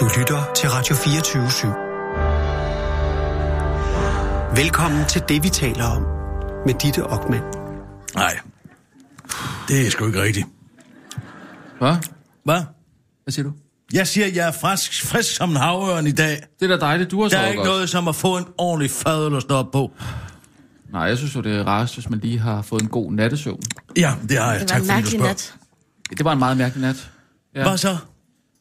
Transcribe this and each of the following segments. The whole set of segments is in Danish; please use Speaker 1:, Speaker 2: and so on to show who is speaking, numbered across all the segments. Speaker 1: Du lytter til Radio 24 /7. Velkommen til det, vi taler om med Ditte Ockmann.
Speaker 2: Nej, det er sgu ikke rigtigt.
Speaker 3: Hvad?
Speaker 2: Hvad?
Speaker 3: Hvad siger du?
Speaker 2: Jeg siger, at jeg er frisk, frisk som en havørn i dag.
Speaker 3: Det er da dejligt, du har
Speaker 2: Der er
Speaker 3: sovet
Speaker 2: ikke
Speaker 3: godt.
Speaker 2: noget som at få en ordentlig fadøl at stå op på.
Speaker 3: Nej, jeg synes jo, det er rarest, hvis man lige har fået en god nattesøvn.
Speaker 2: Ja, det har jeg.
Speaker 4: Det var
Speaker 2: tak fordi
Speaker 4: en
Speaker 2: du
Speaker 4: mærkelig
Speaker 2: spørger.
Speaker 4: nat.
Speaker 3: Det var en meget mærkelig nat. Ja.
Speaker 2: Hvad så?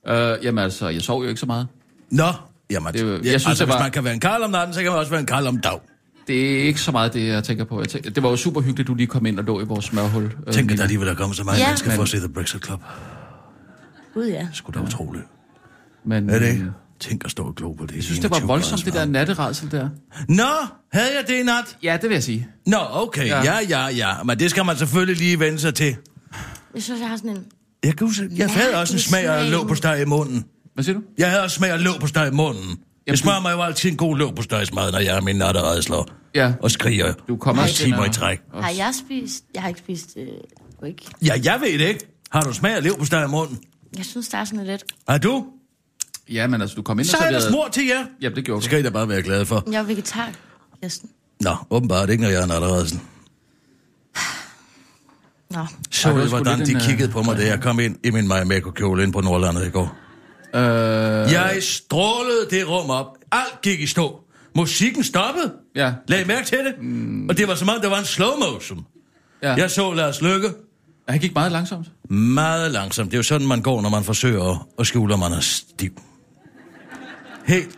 Speaker 3: Øh, jamen altså, jeg sov jo ikke så meget.
Speaker 2: Nå, jamen,
Speaker 3: Det er jo-
Speaker 2: det,
Speaker 3: jeg synes,
Speaker 2: altså,
Speaker 3: det var-
Speaker 2: hvis man kan være en karl om natten, så kan man også være en karl om dag.
Speaker 3: Det er ikke så meget det, jeg tænker på. Jeg tænker, det var jo super hyggeligt, du lige kom ind og lå i vores smørhul. Øh,
Speaker 2: Tænk, at der
Speaker 3: Nina.
Speaker 2: alligevel er kommet så mange ja.
Speaker 4: Ja.
Speaker 2: mennesker for
Speaker 3: Men-
Speaker 2: at se The Brexit Club.
Speaker 4: Gud ja.
Speaker 2: Det skulle da utroligt.
Speaker 3: Men
Speaker 2: Er det
Speaker 3: øh,
Speaker 2: ikke? Tænk at stå og glo på det.
Speaker 3: jeg synes, det var voldsomt, det der natterædsel der.
Speaker 2: Nå, havde jeg det i nat?
Speaker 3: Ja, det vil jeg sige.
Speaker 2: Nå, okay. Ja.
Speaker 3: Ja.
Speaker 2: ja, ja, ja. Men det skal man selvfølgelig lige vende sig til.
Speaker 4: Jeg synes, jeg har sådan en...
Speaker 2: Jeg, kan huske, jeg havde også en smag af
Speaker 4: Mærkelig
Speaker 2: låg på steg i munden.
Speaker 3: Hvad siger du?
Speaker 2: Jeg havde også smag af låg på steg i munden. jeg
Speaker 3: Jamen,
Speaker 2: smører mig jo altid en god låg på stegsmad, når jeg er min natterædsler.
Speaker 3: Ja.
Speaker 2: Og skriger.
Speaker 3: Du kommer
Speaker 2: Og
Speaker 3: ikke
Speaker 2: timer
Speaker 3: ind
Speaker 2: i
Speaker 3: og-
Speaker 2: træk.
Speaker 3: og-
Speaker 4: Har jeg spist... Jeg har ikke spist... Øh, jo ikke.
Speaker 2: Ja, jeg ved det ikke. Har du smag af låg på steg i munden?
Speaker 4: Jeg synes, der er sådan lidt...
Speaker 2: Har du?
Speaker 3: Ja, men altså, du kom ind
Speaker 2: Så
Speaker 3: og
Speaker 2: er der
Speaker 3: serverede...
Speaker 2: smør til jer.
Speaker 3: Jamen, det
Speaker 2: Det
Speaker 3: gjorde du.
Speaker 2: skal I da bare være glade for.
Speaker 4: Jeg er vegetar. Kirsten.
Speaker 2: Nå, åbenbart ikke, når jeg er natterædsel.
Speaker 4: Nå.
Speaker 3: Ej,
Speaker 2: Så
Speaker 3: det var
Speaker 2: I,
Speaker 3: sgu
Speaker 2: hvordan
Speaker 3: lidt
Speaker 2: de
Speaker 3: en, øh,
Speaker 2: kiggede på mig, da jeg kom ind i min Maja Mekko kjole ind på Nordlandet i går.
Speaker 3: Øh,
Speaker 2: Jeg strålede det rum op. Alt gik i stå. Musikken stoppede.
Speaker 3: Ja.
Speaker 2: Lag I mærke til det. Mm. Og det var som om, der var en slow motion.
Speaker 3: ja.
Speaker 2: Jeg så Lars Lykke
Speaker 3: Han gik meget langsomt.
Speaker 2: meget langsomt. Det er jo sådan, man går, når man forsøger at- at skjule, at man er stiv. Helt.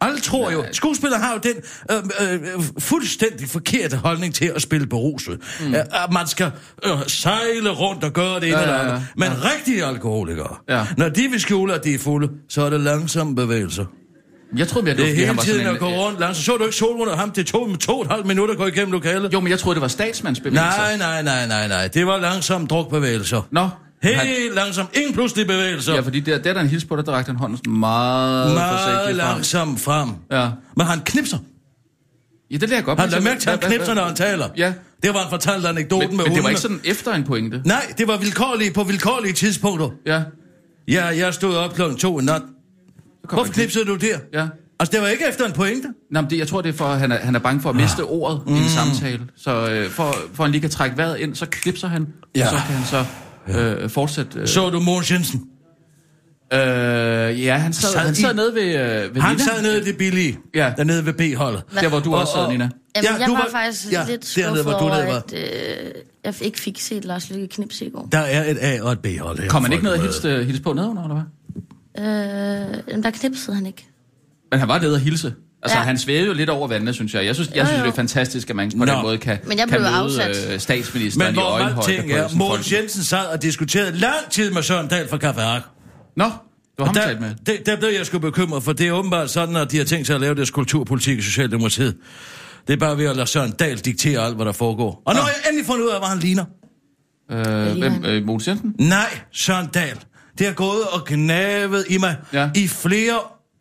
Speaker 2: Alle tror jo, skuespillere har jo den øh, øh, øh, fuldstændig forkerte holdning til at spille beruset. Mm. At man skal øh, sejle rundt og gøre det ene
Speaker 3: Ja,
Speaker 2: ja, eller
Speaker 3: ja, ja.
Speaker 2: andet. Men rigtige alkoholikere,
Speaker 3: Ja.
Speaker 2: når de vil skjule, at de er fulde, så er det langsomme bevægelser.
Speaker 3: Jeg troede, mere, det,
Speaker 2: Det
Speaker 3: var,
Speaker 2: er
Speaker 3: fordi han
Speaker 2: hele
Speaker 3: var
Speaker 2: tiden
Speaker 3: sådan
Speaker 2: at gå
Speaker 3: en, øh,
Speaker 2: rundt langsomt. Så du ikke solrunder ham? Det tog dem to og et halvt minutter at gå igennem lokalet.
Speaker 3: Jo, men jeg troede, det var statsmandsbevægelser.
Speaker 2: Nej, nej, nej, nej, nej. Det var langsomme drukbevægelser.
Speaker 3: Nå.
Speaker 2: Helt
Speaker 3: Han-
Speaker 2: langsomt. Ingen pludselige bevægelser.
Speaker 3: Ja, fordi der, der er der en hils på, der rakte han hånden meget,
Speaker 2: Meget
Speaker 3: forsigtigt frem.
Speaker 2: langsomt frem.
Speaker 3: Ja.
Speaker 2: Men han knipser.
Speaker 3: Ja, det lærer jeg godt.
Speaker 2: Han
Speaker 3: men
Speaker 2: lader
Speaker 3: så-
Speaker 2: mærke til, at
Speaker 3: hvad-
Speaker 2: han knipser,
Speaker 3: hvad-
Speaker 2: når han taler.
Speaker 3: Ja.
Speaker 2: Det var, han fortalte anekdoten
Speaker 3: Men,
Speaker 2: med
Speaker 3: men det var
Speaker 2: hundene.
Speaker 3: ikke sådan efter en pointe.
Speaker 2: Nej, det var vilkårlige på vilkårlige tidspunkter.
Speaker 3: Ja.
Speaker 2: Ja, jeg stod op klokken to i nat.
Speaker 3: så kom
Speaker 2: Hvorfor
Speaker 3: han til.
Speaker 2: knipsede du der?
Speaker 3: Ja.
Speaker 2: Altså, det var ikke efter en pointe.
Speaker 3: Nå, men det, jeg tror, det er for, at han er, han er bange for at miste
Speaker 2: Ah.
Speaker 3: ordet i en
Speaker 2: Mm.
Speaker 3: samtale. Så øh, for, for han lige kan trække vejret ind, så knipser han.
Speaker 2: Ja.
Speaker 3: Ja. Så kan han så øh, fortsætte. Øh,
Speaker 2: Så du Mogens Jensen.
Speaker 3: øh, ja, han sad,
Speaker 2: Sad
Speaker 3: sad, han
Speaker 2: i-
Speaker 3: sad nede ved, øh, ved
Speaker 2: Han
Speaker 3: Nina.
Speaker 2: sad nede i det billige.
Speaker 3: Ja.
Speaker 2: Dernede ved B-holdet.
Speaker 3: Der, hvor du også sad, Nina.
Speaker 4: Jamen, ja, jeg var, faktisk ja, lidt
Speaker 2: dernede,
Speaker 4: skuffet
Speaker 2: hvor du
Speaker 4: over,
Speaker 2: lavede-
Speaker 4: at øh, jeg ikke fik set Lars Lykke knipse i går.
Speaker 2: Der er et A- og et B-hold her.
Speaker 3: Kom han ikke
Speaker 2: Folk
Speaker 3: ned og
Speaker 2: med.
Speaker 3: hilse, øh, hilse på nedenunder, eller hvad?
Speaker 4: Øh, jamen, der knipsede han ikke.
Speaker 3: Men han var nede og hilse. Altså,
Speaker 4: Ja.
Speaker 3: ja. han svævede jo lidt over vandene, synes jeg. Jeg synes, jeg
Speaker 4: Jo,
Speaker 3: synes
Speaker 4: jo.
Speaker 3: det er fantastisk, at man på
Speaker 2: Nå.
Speaker 3: den måde kan,
Speaker 4: Men jeg
Speaker 3: kan
Speaker 4: blev
Speaker 3: møde
Speaker 4: afsat.
Speaker 3: øh, statsministeren
Speaker 2: Men
Speaker 3: i
Speaker 2: hvor mange
Speaker 3: øjenhøjde.
Speaker 2: ting
Speaker 3: på
Speaker 2: er,
Speaker 3: sådan en
Speaker 2: Mogens
Speaker 3: folkemøde.
Speaker 2: Jensen sad og diskuterede lang tid med Søren Dahl fra Kaffe Ark.
Speaker 3: Nå, du har ham talt med.
Speaker 2: Der, det, der blev jeg sgu bekymret, for det er åbenbart sådan, at de har tænkt sig at lave deres kulturpolitik i Socialdemokratiet. Det er bare ved at lade Søren Dahl diktere alt, hvad der foregår. Og nu har jeg endelig fundet ud af, hvad han ligner.
Speaker 3: Øh, hvem, øh, Mogens Jensen?
Speaker 2: Nej, Søren Dahl. Det har gået og gnavet i mig ja.
Speaker 3: Ja.
Speaker 2: i flere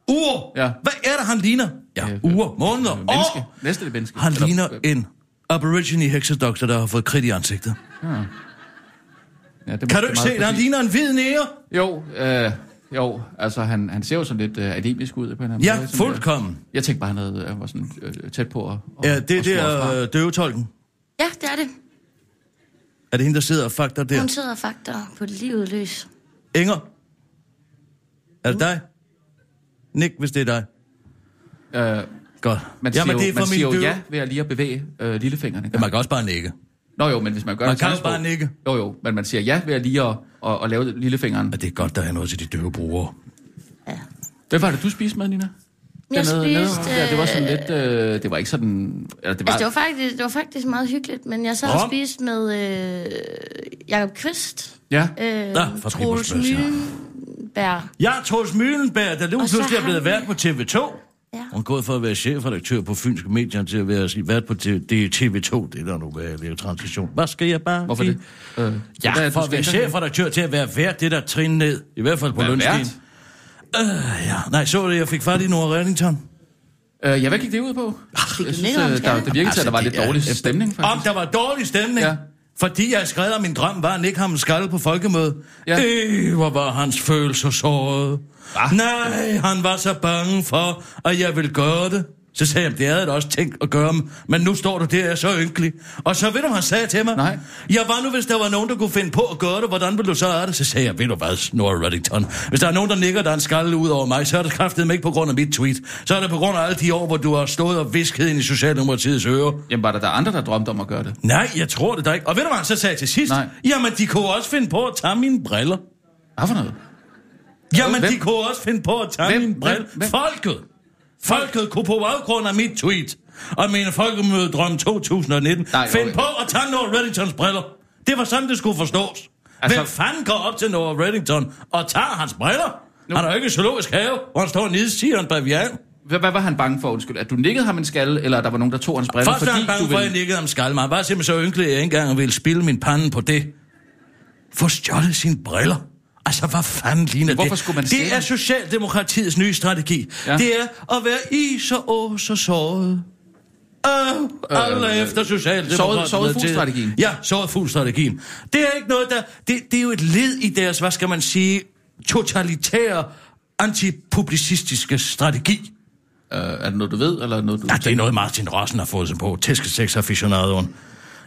Speaker 2: uger.
Speaker 3: Ja.
Speaker 2: Hvad er det, han ligner? Ja,
Speaker 3: Øh, øh,
Speaker 2: uger, måneder,
Speaker 3: Øh, menneske.
Speaker 2: år.
Speaker 3: Næste er det menneske.
Speaker 2: Han
Speaker 3: Eller-
Speaker 2: ligner en aborigine heksedoktor, der har fået kridt i ansigtet.
Speaker 3: Ja, det er
Speaker 2: Kan du
Speaker 3: måske
Speaker 2: ikke se,
Speaker 3: meget
Speaker 2: at han
Speaker 3: præcist.
Speaker 2: ligner en hvid nære?
Speaker 3: Jo, øh, jo, altså han, han ser jo sådan lidt øh, anemisk ud på en eller anden
Speaker 2: Ja,
Speaker 3: måde, sådan, øh,
Speaker 2: fuldkommen.
Speaker 3: Jeg tænkte bare, han havde, han var sådan øh, tæt på at, og,
Speaker 2: Ja, det er
Speaker 3: og slå
Speaker 2: der
Speaker 3: fra.
Speaker 2: øh, døvetolken.
Speaker 4: Ja, det er det.
Speaker 2: Er det hende, der sidder og fakter der?
Speaker 4: Hun sidder faktisk på livet løs.
Speaker 2: Inger? Er det dig? Nick, hvis det er dig.
Speaker 3: Øh,
Speaker 2: Godt.
Speaker 3: man siger,
Speaker 2: Jamen, det er
Speaker 3: man
Speaker 2: for min
Speaker 3: siger jo
Speaker 2: døve.
Speaker 3: ja ved at lige at bevæge øh, lillefingrene.
Speaker 2: Ja, man kan også bare nikke.
Speaker 3: Nå jo, men hvis man gør
Speaker 2: Man
Speaker 3: det
Speaker 2: kan jo
Speaker 3: tegnsprog-
Speaker 2: bare nikke.
Speaker 3: Jo jo, men man siger ja ved at lige at, at, at lave lillefingeren.
Speaker 2: Og det er godt, der er noget til de døve brugere.
Speaker 4: Ja.
Speaker 3: Hvad var det, du spiste med, Nina?
Speaker 4: Jeg
Speaker 3: Dernede- nede-
Speaker 4: spiste,
Speaker 3: ja, det var sådan lidt... Øh, det var ikke sådan... Eller det var,
Speaker 4: Altså, det var, faktisk, det var faktisk meget hyggeligt, men jeg sad
Speaker 2: Nå.
Speaker 4: og spiste med øh, Jacob Kvist,
Speaker 3: Ja,
Speaker 4: øh,
Speaker 2: Nå, fra
Speaker 4: Troels
Speaker 2: People's Plads, ja.
Speaker 4: Mühlenberg.
Speaker 2: Jeg er Troels Mühlenberg, der nu
Speaker 4: Og så
Speaker 2: pludselig er
Speaker 4: har
Speaker 2: blevet
Speaker 4: vi-
Speaker 2: vært på TV2.
Speaker 4: Ja.
Speaker 2: Hun er gået fra at være chefredaktør på Fynske Medier til at være vært på TV- det er TV2. Det er der nu hvad det er jo transition. Hvad skal jeg bare
Speaker 3: hvorfor det?
Speaker 2: sige?
Speaker 3: Øh, så
Speaker 2: Ja,
Speaker 3: hvad er det,
Speaker 2: for
Speaker 3: du
Speaker 2: at være
Speaker 3: skal-
Speaker 2: chefredaktør til at være vært, det der trin ned. I hvert fald på
Speaker 3: Være
Speaker 2: lønstien.
Speaker 3: vært?
Speaker 2: Øh, ja. Nej, så du, jeg fik fat i Nora Reddington?
Speaker 3: Øh, ja, hvad
Speaker 4: Ah,
Speaker 3: gik det ud på? Jeg synes,
Speaker 4: minder om
Speaker 3: øh, der,
Speaker 4: skatte.
Speaker 3: det virkede til, at der var
Speaker 2: Altså, det
Speaker 3: lidt
Speaker 2: er-
Speaker 3: dårlig stemning,
Speaker 2: Om
Speaker 3: faktisk.
Speaker 2: der var dårlig stemning?
Speaker 3: Ja.
Speaker 2: Fordi jeg skrev om min drøm, var Nick ham skaldet på folkemødet. Ja.
Speaker 3: Ja.
Speaker 2: Øh, hvor var hans følelser såret. Ah. Nej, han var så bange for, at jeg ville gøre det. Så sagde jeg, det havde jeg da også tænkt at gøre, men nu står du der, jeg er så ynkelig. Og så ved du, hvad han sagde til mig?
Speaker 3: Nej.
Speaker 2: Jeg var nu, hvis der var nogen, der kunne finde på at gøre det, hvordan ville du så af det? Så sagde jeg, ved du hvad, Snorre Reddington, hvis der er nogen, der nikker, der er en skalle ud over mig, så er det kraftedeme ikke på grund af mit tweet. Så er det på grund af alle de år, hvor du har stået og visket ind i Socialdemokratiets øre.
Speaker 3: Jamen, var der, der andre, der drømte om at gøre det?
Speaker 2: Nej, jeg tror det da ikke. Og ved du, hvad han så sagde til sidst?
Speaker 3: Nej.
Speaker 2: Jamen, de kunne også finde på at tage mine briller.
Speaker 3: Hvad for noget?
Speaker 2: Jamen,
Speaker 3: Hvem?
Speaker 2: de kunne også finde på at tage
Speaker 3: Hvem?
Speaker 2: mine
Speaker 3: Hvem?
Speaker 2: briller.
Speaker 3: Hvem?
Speaker 2: Folket! Folket kunne på baggrund af mit tweet og mine folkemødedrøm 2019
Speaker 3: Nej,
Speaker 2: finde
Speaker 3: okay.
Speaker 2: på at tage Nora Reddingtons briller. Det var sådan, det skulle forstås. Altså...
Speaker 3: Altså-
Speaker 2: Hvem fanden går op til Nora Reddington og tager hans briller? Nu. Han er jo ikke i zoologisk have, hvor han står og nedsiger en bavian.
Speaker 3: Hvad, hvad var han bange for, undskyld? At du nikkede ham en skalle, eller at der var nogen, der tog hans briller?
Speaker 2: Først var han bange for, at jeg nikkede om skalme. Han var simpelthen så ynkelig, at jeg ikke engang ville spille min pande på det. Få stjålet sine briller. Altså, hvad fanden ligner
Speaker 3: Hvorfor
Speaker 2: det?
Speaker 3: skulle man se
Speaker 2: det er
Speaker 3: det?
Speaker 2: Socialdemokratiets nye strategi. Ja.
Speaker 3: Ja.
Speaker 2: Det er at være i så å så såret. Øh, alle øh, efter Socialdemokraterne.
Speaker 3: såret- såret
Speaker 2: til-
Speaker 3: fugl-strategien.
Speaker 2: Ja, såret fugl-strategien. Det er ikke noget, der... Det, det er jo et led i deres, hvad skal man sige, totalitære, antipublicistiske strategi.
Speaker 3: Øh, er det noget, du ved, eller noget, du...
Speaker 2: Ja, det er noget, Martin Rossen har fået sig på. Tæskeseks-aficionadoen.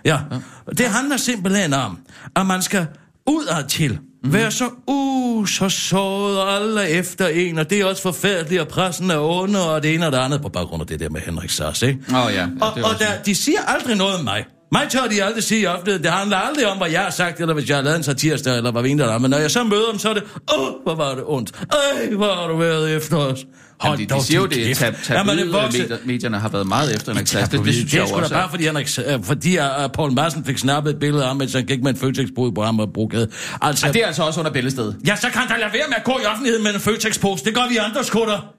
Speaker 2: Ja. ja. Det handler simpelthen om, at man skal udad til
Speaker 3: Mhm.
Speaker 2: mm. være så uh, så såret og alle er efter en, og det er også forfærdeligt, og pressen er under, og det ene og det andet på baggrund af det der med Henrik Sars, ikke?
Speaker 3: Åh, ja. ja det
Speaker 2: Og,
Speaker 3: var
Speaker 2: og
Speaker 3: også-
Speaker 2: der, de siger aldrig noget om mig. Mig tør de aldrig sige i offentligheden. Det handler aldrig om, hvad jeg har sagt, eller hvis jeg har lavet en satirsdag, eller hvad vi der Men når jeg så møder dem, så er det, åh, hvor var det ondt. Øj, hvor har du været efter os. Hold
Speaker 3: Jamen, de,
Speaker 2: dog
Speaker 3: de siger jo,
Speaker 2: din
Speaker 3: det er
Speaker 2: kæft.
Speaker 3: tab,
Speaker 2: Jamen, det
Speaker 3: tabloid,
Speaker 2: vokser-
Speaker 3: medier, medierne har været meget efter Henrik Sass. Det, det, synes
Speaker 2: det
Speaker 3: jeg
Speaker 2: er
Speaker 3: jo
Speaker 2: sgu da
Speaker 3: også.
Speaker 2: bare,
Speaker 3: er-
Speaker 2: fordi, Henrik, øh, fordi uh, Paul Madsen fik snappet et billede af ham, mens han gik med en Føtex-bod på ham og brugte Altså,
Speaker 3: Ah,
Speaker 2: det...
Speaker 3: det er altså også under bæltestedet.
Speaker 2: Ja, så kan der lade være med at gå i offentligheden med en Føtex-pose. Det gør vi andre skutter.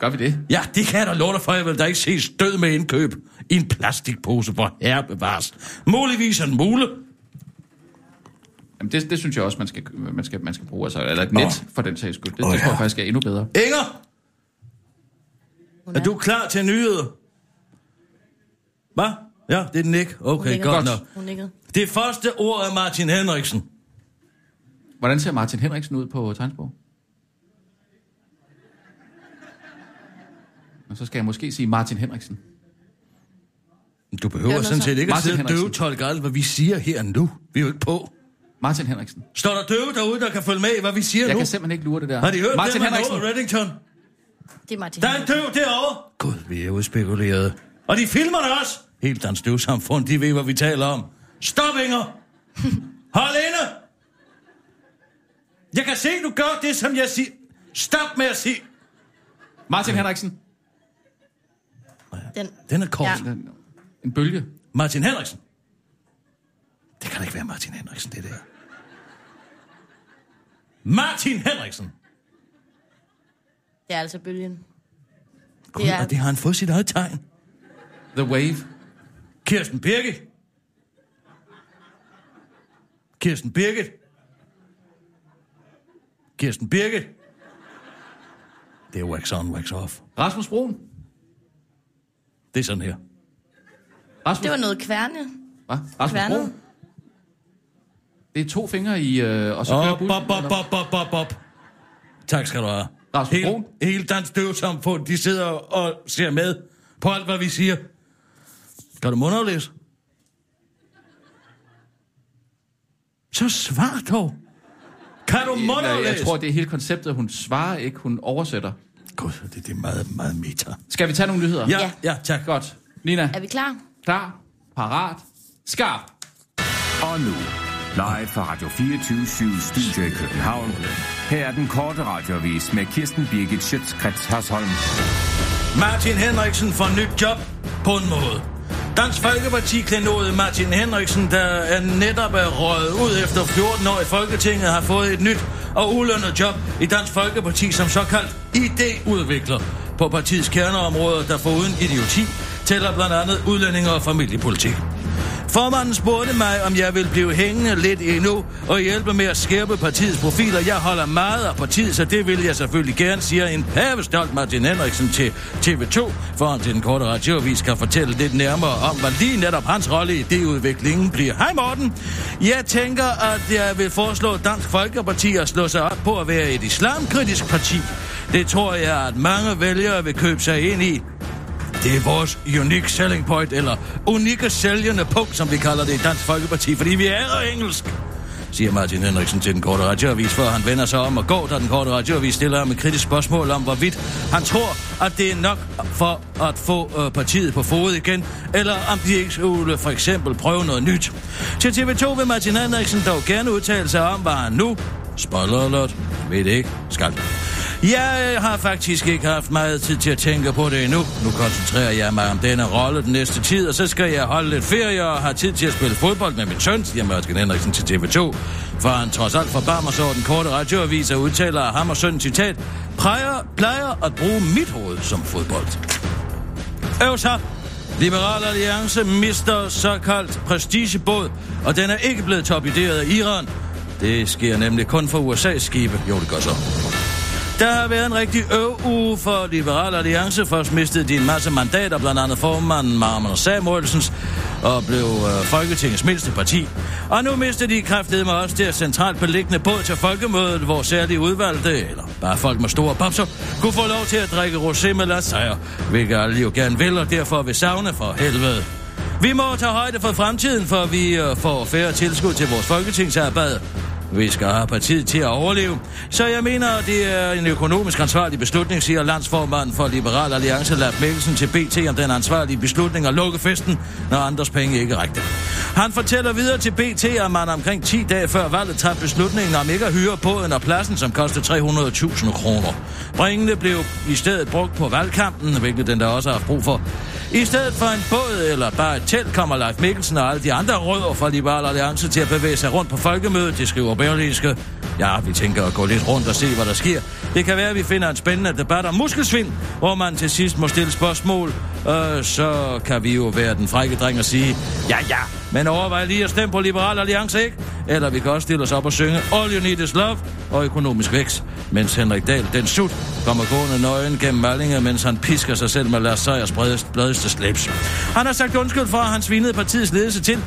Speaker 3: Gør vi det?
Speaker 2: Ja, det kan jeg da love dig for. Jeg vil da ikke se stød med indkøb i en plastikpose, hvor herre bevares. Muligvis en mule.
Speaker 3: Jamen, det, det synes jeg også, man skal, man skal, man skal bruge. Altså, eller et net, for den sags skyld. Det,
Speaker 2: Åh,
Speaker 3: det tror
Speaker 2: ja.
Speaker 3: jeg faktisk er endnu bedre.
Speaker 2: Inger,
Speaker 4: Hun
Speaker 2: er du klar til nyheder? Hvad? Ja, det er den ikke.
Speaker 4: hun
Speaker 2: Okay,
Speaker 4: nikkede.
Speaker 2: godt
Speaker 3: Godt.
Speaker 2: nok.
Speaker 4: Hun nikkede.
Speaker 2: Det første ord er Martin Henriksen.
Speaker 3: Hvordan ser Martin Henriksen ud på tegnsprog? Og så skal jeg måske sige Martin Henriksen.
Speaker 2: Du behøver
Speaker 4: Gør noget
Speaker 2: sådan
Speaker 4: så.
Speaker 2: set ikke at
Speaker 3: altså, Martin
Speaker 2: sidde og
Speaker 3: Henriksen.
Speaker 2: døvetolke alt, hvad vi siger her og nu. Vi er jo ikke på.
Speaker 3: Martin Henriksen.
Speaker 2: Står der døve derude, der kan følge med i, hvad vi siger
Speaker 3: Jeg
Speaker 2: nu?
Speaker 3: kan simpelthen ikke lure det der.
Speaker 2: Har de hørt
Speaker 3: Martin
Speaker 2: det,
Speaker 3: Henriksen.
Speaker 2: Over Reddington?
Speaker 4: Det er Martin.
Speaker 2: Der er en døv derovre. Gud, vi er udspekuleret. Og de filmer det også. Helt dansk døvsamfund, de ved, hvad vi taler om. Stop, Inger. Hold inde. Jeg kan se, du gør det, som jeg siger. Stop med at sige.
Speaker 3: Martin Henriksen.
Speaker 4: Den.
Speaker 2: Den er kort. Ja.
Speaker 4: Ja.
Speaker 3: En bølge.
Speaker 2: Martin Henriksen. Det kan da ikke være Martin Henriksen, det der. Martin Henriksen.
Speaker 4: Det er altså bølgen.
Speaker 2: Gud,
Speaker 4: er-
Speaker 2: og det har han fået sit eget tegn.
Speaker 3: The Wave.
Speaker 2: Kirsten Birgit. Kirsten Birgit. Kirsten Birgit. Det er wax on, wax off.
Speaker 3: Rasmus Broen.
Speaker 2: Det er sådan her.
Speaker 3: Rasmus,
Speaker 4: Det var noget kværne.
Speaker 3: Hva? Rasmus
Speaker 4: Kværnet.
Speaker 3: Broen. Det er to fingre i, øh, og så kører
Speaker 2: Op,
Speaker 3: bussen,
Speaker 2: op, op,
Speaker 3: eller?
Speaker 2: op, op, op, op. Tak skal du have.
Speaker 3: Rasmus
Speaker 2: Hele,
Speaker 3: Broen.
Speaker 2: hele Dansk Døvsamfund, de sidder og ser med på alt, hvad vi siger. Kan du mundaflæse? Så svar dog. Kan du
Speaker 3: Jeg,
Speaker 2: mundaflæse?
Speaker 3: jeg tror, det er hele konceptet. Hun svarer ikke, hun oversætter.
Speaker 2: Gud, det, det er meget, meget meta.
Speaker 3: Skal vi tage nogle nyheder?
Speaker 2: Ja, ja,
Speaker 4: Ja.
Speaker 2: ja tak. Godt.
Speaker 3: Godt. Nina,
Speaker 4: Er vi klar?
Speaker 3: klar, parat, skarp.
Speaker 5: Og nu, live fra Radio 24 Studio i København. Her er den korte radiovis med Kirsten Birgit Schøtzgrads Hasholm.
Speaker 2: Martin Henriksen får nyt job på en måde. Dansk Folkeparti klenode Martin Henriksen, der er netop er røget ud efter 14 år i Folketinget, har fået et nyt og ulønnet job i Dansk Folkeparti som såkaldt ID-udvikler på partiets kerneområder, der foruden idioti tæller blandt andet udlændinge og familiepolitik. Formanden spurgte mig, om jeg vil blive hængende lidt endnu og hjælpe med at skærpe partiets profiler. Jeg holder meget af partiet, så det vil jeg selvfølgelig gerne, siger en pavestolt Martin Henriksen til TV2, foran til den korte radioavis kan fortælle lidt nærmere om, hvad lige netop hans rolle i det udviklingen bliver. Hej Morten! Jeg tænker, at jeg vil foreslå Dansk Folkeparti at slå sig op på at være et islamkritisk parti. Det tror jeg, at mange vælgere vil købe sig ind i. Det er vores unique selling point, eller unikke sælgende punkt, som vi kalder det i Dansk Folkeparti, fordi vi er engelsk siger Martin Henriksen til den korte radioavis, før han vender sig om og går, da den korte radioavis stiller ham et kritisk spørgsmål om, hvorvidt han tror, at det er nok for at få øh, partiet på fod igen, eller om de ikke skulle for eksempel prøve noget nyt. Til TV2 vil Martin Henriksen dog gerne udtale sig om, hvad han nu, spoiler alert, ved det ikke, skal. Jeg øh, har faktisk ikke haft meget tid til at tænke på det endnu. Nu koncentrerer jeg mig om denne rolle den næste tid, og så skal jeg holde lidt ferie og har tid til at spille fodbold med min søn, siger Mørken Henriksen til TV2. For han trods alt forbarmer sig over den korte radioavis og udtaler at ham og søn citat, plejer, plejer at bruge mit hoved som fodbold. Øv så! Liberal Alliance mister såkaldt prestigebåd, og den er ikke blevet torpederet af Iran. Det sker nemlig kun for USA's skibe. Jo, det gør så. Der har været en rigtig øv uge for Liberal Alliance. Først mistede de en masse mandater, blandt andet formanden Marmon Samuelsens, og blev øh, Folketingets mindste parti. Og nu mistede de kraftedeme med også deres centralt beliggende båd til folkemødet, hvor særligt udvalgte, eller bare folk med store popser, kunne få lov til at drikke rosé med lasagne, hvilket alle jo gerne vil, og derfor vil savne for helvede. Vi må tage højde for fremtiden, for vi øh, får færre tilskud til vores folketingsarbejde. Vi skal have partiet til at overleve. Så jeg mener, at det er en økonomisk ansvarlig beslutning, siger landsformanden for Liberal Alliance, Lars Mikkelsen, til BT om den ansvarlige beslutning at lukke festen, når andres penge ikke rækte. Han fortæller videre til BT, at man omkring 10 dage før valget træffede beslutningen om ikke at hyre båden og pladsen, som kostede 300.000 kroner. Bringene blev i stedet brugt på valgkampen, hvilket den der også har haft brug for. I stedet for en båd eller bare et telt kommer Leif Mikkelsen og alle de andre rødder fra Liberal Alliance til at bevæge sig rundt på folkemødet, det skriver Berlingske. Ja, vi tænker at gå lidt rundt og se, hvad der sker. Det kan være, at vi finder en spændende debat om muskelsvind, hvor man til sidst må stille spørgsmål. Øh, så kan vi jo være den frække dreng og sige, ja ja, men overvej lige at stemme på Liberal Alliance, ikke? Eller vi kan også stille os op og synge All You Need Is Love og økonomisk vækst, mens Henrik Dahl, den sut, kommer gående nøgen gennem Mallinge, mens han pisker sig selv med Lars Sejers bredeste, bredeste slips. Han har sagt undskyld for, at han svinede partiets ledelse til,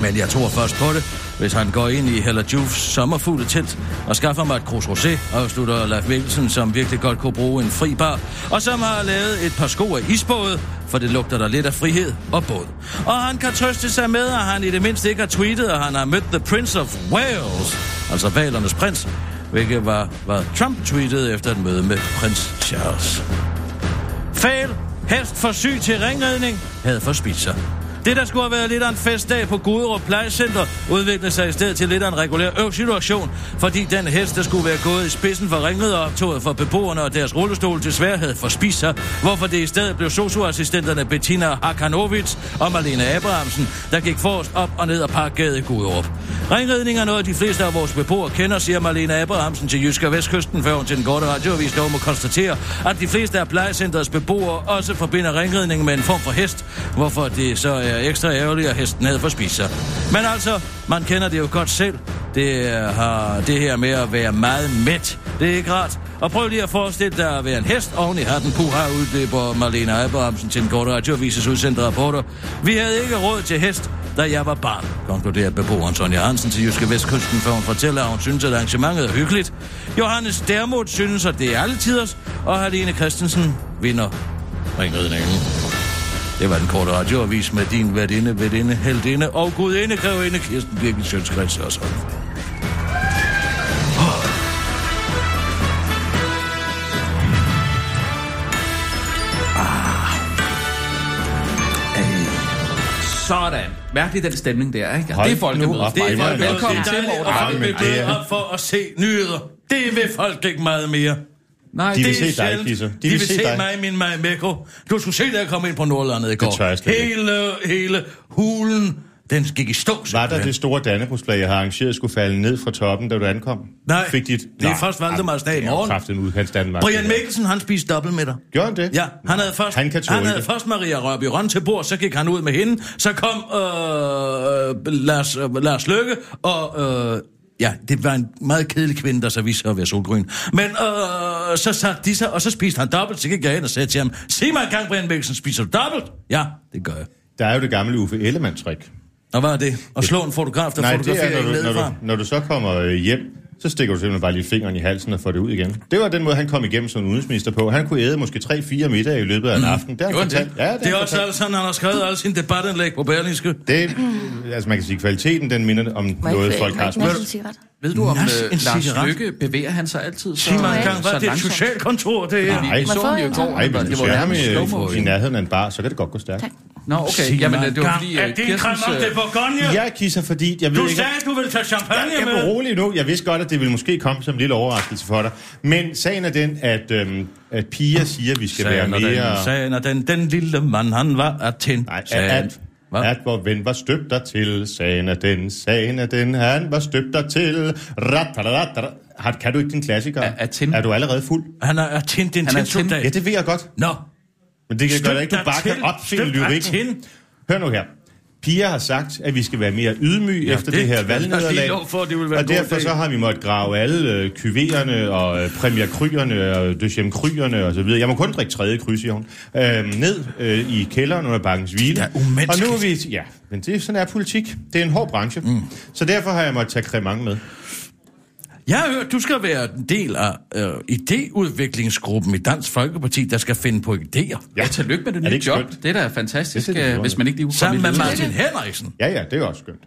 Speaker 2: men jeg tror først på det, hvis han går ind i Hella Jufs sommerfugle telt og skaffer mig et krus rosé, afslutter Leif Mikkelsen, som virkelig godt kunne bruge en fri bar, og som har lavet et par sko af isbåde, for det lugter der lidt af frihed og båd. Og han kan trøste sig med, at han i det mindste ikke har tweetet, at han har mødt The Prince of Wales, altså valernes prins, hvilket var, hvad Trump tweetede efter et møde med prins Charles. Fæl, hest for syg til ringredning, havde forspist sig. Det, der skulle have været lidt af en festdag på Guderup Plejecenter, udviklede sig i stedet til lidt af en regulær øvsituation, fordi den hest, der skulle være gået i spidsen for ringet og optoget for beboerne og deres rullestol til sværhed for spiser, hvorfor det i stedet blev socioassistenterne Bettina Hakanovic og Marlene Abrahamsen, der gik forrest op og ned ad Parkgade i Guderup. Ringredning er noget, de fleste af vores beboere kender, siger Marlene Abrahamsen til Jysk og Vestkysten, før hun til den korte radioavis dog må konstatere, at de fleste af plejecentrets beboere også forbinder ringredning med en form for hest, hvorfor det så er ekstra ærgerligt, at hesten havde for spist sig. Men altså, man kender det jo godt selv. Det er- har det her med at være meget mæt. Det er ikke rart. Og prøv lige at forestille dig at være en hest oven i hatten puha, udløber Marlene Abrahamsen til den korte radioavises udsendte rapporter. Vi havde ikke råd til hest, da jeg var barn, konkluderer beboeren Sonja Hansen til Jyske Vestkysten, før hun fortæller, at hun synes, at arrangementet er hyggeligt. Johannes Dermod synes, at det er altiders, og Helene Christensen vinder ringredningen. Det var den korte radioavis med din værtinde, værtinde, heldinde og gudinde, grevinde, Kirsten Birken, Sjønskrets og sådan.
Speaker 3: Sådan. Mærkelig den stemning der, ikke?
Speaker 6: Hold
Speaker 3: det er
Speaker 6: nu
Speaker 3: folkemødet.
Speaker 6: op,
Speaker 3: Det er
Speaker 6: Ejvind.
Speaker 3: folkemødet. Velkommen
Speaker 6: Det
Speaker 3: til,
Speaker 6: er
Speaker 3: Morten.
Speaker 6: dejligt.
Speaker 2: Og
Speaker 6: Ej,
Speaker 2: vi
Speaker 6: men
Speaker 2: blev
Speaker 6: det
Speaker 2: blevet
Speaker 6: er-
Speaker 2: op for at se nyheder. Det vil folk ikke meget mere.
Speaker 3: Nej,
Speaker 6: De
Speaker 3: det
Speaker 6: vil
Speaker 2: Det er
Speaker 6: se dig,
Speaker 2: sjældent.
Speaker 6: Kisser.
Speaker 2: De, vil, se,
Speaker 6: dig.
Speaker 2: mig i min Maja Mekko. Du skulle se, da jeg kom ind på Nordlandet i går.
Speaker 6: tør jeg slet ikke.
Speaker 2: hele, hele hulen Den gik i stå.
Speaker 6: Var
Speaker 2: simpelthen.
Speaker 6: der det store Dannebrugsflag, jeg har arrangeret, skulle falde ned fra toppen, da du ankom?
Speaker 2: Nej,
Speaker 6: Fik dit...
Speaker 2: det er først Valdemars dag i morgen.
Speaker 6: Kraften udkants Danmark.
Speaker 2: Brian Mikkelsen, han spiste dobbelt med dig.
Speaker 6: Gjorde han det?
Speaker 2: Ja, han havde først,
Speaker 6: Han kan
Speaker 2: han
Speaker 6: tåle
Speaker 2: havde
Speaker 6: det.
Speaker 2: først Maria Rørby Røn til bord, så gik han ud med hende, så kom øh, Lars, øh, Lars Løkke, og øh, ja, det var en meget kedelig kvinde, der så viste sig at være solgrøn. Men øh, så satte de sig, og så spiste han dobbelt, så gik jeg hen og sagde til ham, sig mig engang, Brian Mikkelsen, spiser du dobbelt? Ja, det gør jeg.
Speaker 6: Der er jo det gamle Uffe Ellemann-trick.
Speaker 2: Og hvad er det? At slå en fotograf, der
Speaker 6: Nej, det
Speaker 2: fotograferer
Speaker 6: er,
Speaker 2: en
Speaker 6: når du, når,
Speaker 2: nedefra?
Speaker 6: du, når du så kommer øh, hjem, så stikker du simpelthen bare lige fingeren i halsen og får det ud igen. Det var den måde, han kom igennem som udenrigsminister på. Han kunne æde måske 3-4 middage i løbet af en aften. Det har han
Speaker 3: Gjorde han
Speaker 6: fortalt. Ja, det,
Speaker 2: Mm. Det er
Speaker 6: har han
Speaker 2: også alt sådan, han har skrevet alle sine debatindlæg på Berlingske.
Speaker 6: fortalt. det, altså man kan sige, kvaliteten den minder om
Speaker 4: Må jeg
Speaker 6: noget,
Speaker 4: ikke-
Speaker 6: folk
Speaker 4: må jeg
Speaker 6: har
Speaker 4: ikke næsten
Speaker 6: smørt.
Speaker 4: sige ret?
Speaker 3: Ved du, om
Speaker 2: Nas,
Speaker 3: øh,
Speaker 2: en
Speaker 3: Lars
Speaker 2: cigaret.
Speaker 3: Lykke bevæger han sig altid så,
Speaker 2: Sig mig engang, hvad er
Speaker 3: så
Speaker 2: det? Et
Speaker 3: langsomt?
Speaker 2: socialkontor, det er?
Speaker 3: Vi,
Speaker 6: Nej.
Speaker 3: vi så
Speaker 4: Hvorfor
Speaker 3: ham jo i
Speaker 4: ikke?
Speaker 3: går,
Speaker 6: Ej,
Speaker 3: men
Speaker 6: hvis du
Speaker 3: det var
Speaker 6: skærme
Speaker 3: nærmest slow-mo.
Speaker 6: i- i nærheden af en bar, så kan det godt gå stærkt.
Speaker 4: Tak.
Speaker 3: Nå, okay. Jamen, øh, det var fordi,
Speaker 2: Er
Speaker 3: øh,
Speaker 2: det en
Speaker 3: Kirstens...
Speaker 2: Cremant de
Speaker 3: øh,
Speaker 2: Bourgogne?
Speaker 6: Jeg kisser, fordi jeg ved
Speaker 2: Du
Speaker 6: ikke...
Speaker 2: sagde, du ville tage champagne
Speaker 6: Jeg er
Speaker 2: med.
Speaker 6: rolig nu. Jeg vidste godt, at det ville måske komme som en lille overraskelse for dig. Men sagen er den, at, øhm, at piger siger, at vi skal være
Speaker 2: Sagen og den,
Speaker 6: mere...
Speaker 2: sagen og den, den lille mand, han var at tænde.
Speaker 6: Nej,
Speaker 2: Sagen.
Speaker 6: at,
Speaker 2: Hvad?
Speaker 6: at, at vor ven var støbt dertil, sagen er den, sagen er den, han var støbt dertil. Ratararatara. Har, kan du ikke din klassiker?
Speaker 3: Er- er Tin-
Speaker 6: er du allerede fuld?
Speaker 2: Han er at tænde, det er en
Speaker 3: Han er
Speaker 2: tændsoldat.
Speaker 6: Ja, det ved jeg godt.
Speaker 2: Nå,
Speaker 6: Men det kan
Speaker 2: Støbt
Speaker 6: gøre ikke, du bare
Speaker 2: dertil.
Speaker 6: kan opfinde
Speaker 2: Støbt af
Speaker 6: lyrikken.
Speaker 2: Tin.
Speaker 6: Hør nu her. Pia har sagt, at vi skal være mere ydmyge ja, efter det,
Speaker 2: det
Speaker 6: det her
Speaker 2: kan jeg
Speaker 6: valgnederlag.
Speaker 2: lige love for, det vil være
Speaker 6: og
Speaker 2: en god
Speaker 6: derfor
Speaker 2: idé.
Speaker 6: så har vi måttet grave alle øh, kyvererne og øh, premierkrygerne og døsjemkrygerne og så videre. Jeg må kun drikke tredje kryds, siger hun. Øh, ned øh, i kælderen under bakkens hvile.
Speaker 2: Det er umenneskeligt.
Speaker 6: Og nu er vi... Ja, men det, er- sådan er politik. Det er en hård branche. Mm. Så derfor har jeg måttet tage kremang med.
Speaker 2: jeg har hørt, du skal være en del af øh, idéudviklingsgruppen i Dansk Folkeparti, der skal finde på idéer.
Speaker 6: Ja,
Speaker 3: Ja, tillykke med det nye
Speaker 6: er det
Speaker 3: det
Speaker 6: ikke
Speaker 3: job.
Speaker 6: skønt?
Speaker 3: Det er da fantastisk,
Speaker 6: Det er det,
Speaker 3: det,
Speaker 6: det
Speaker 3: det, hvis man ikke lige kunne komme
Speaker 2: Sammen med
Speaker 3: i ledelsen.
Speaker 2: Martin Henriksen.
Speaker 6: Ja, ja, det er også skønt.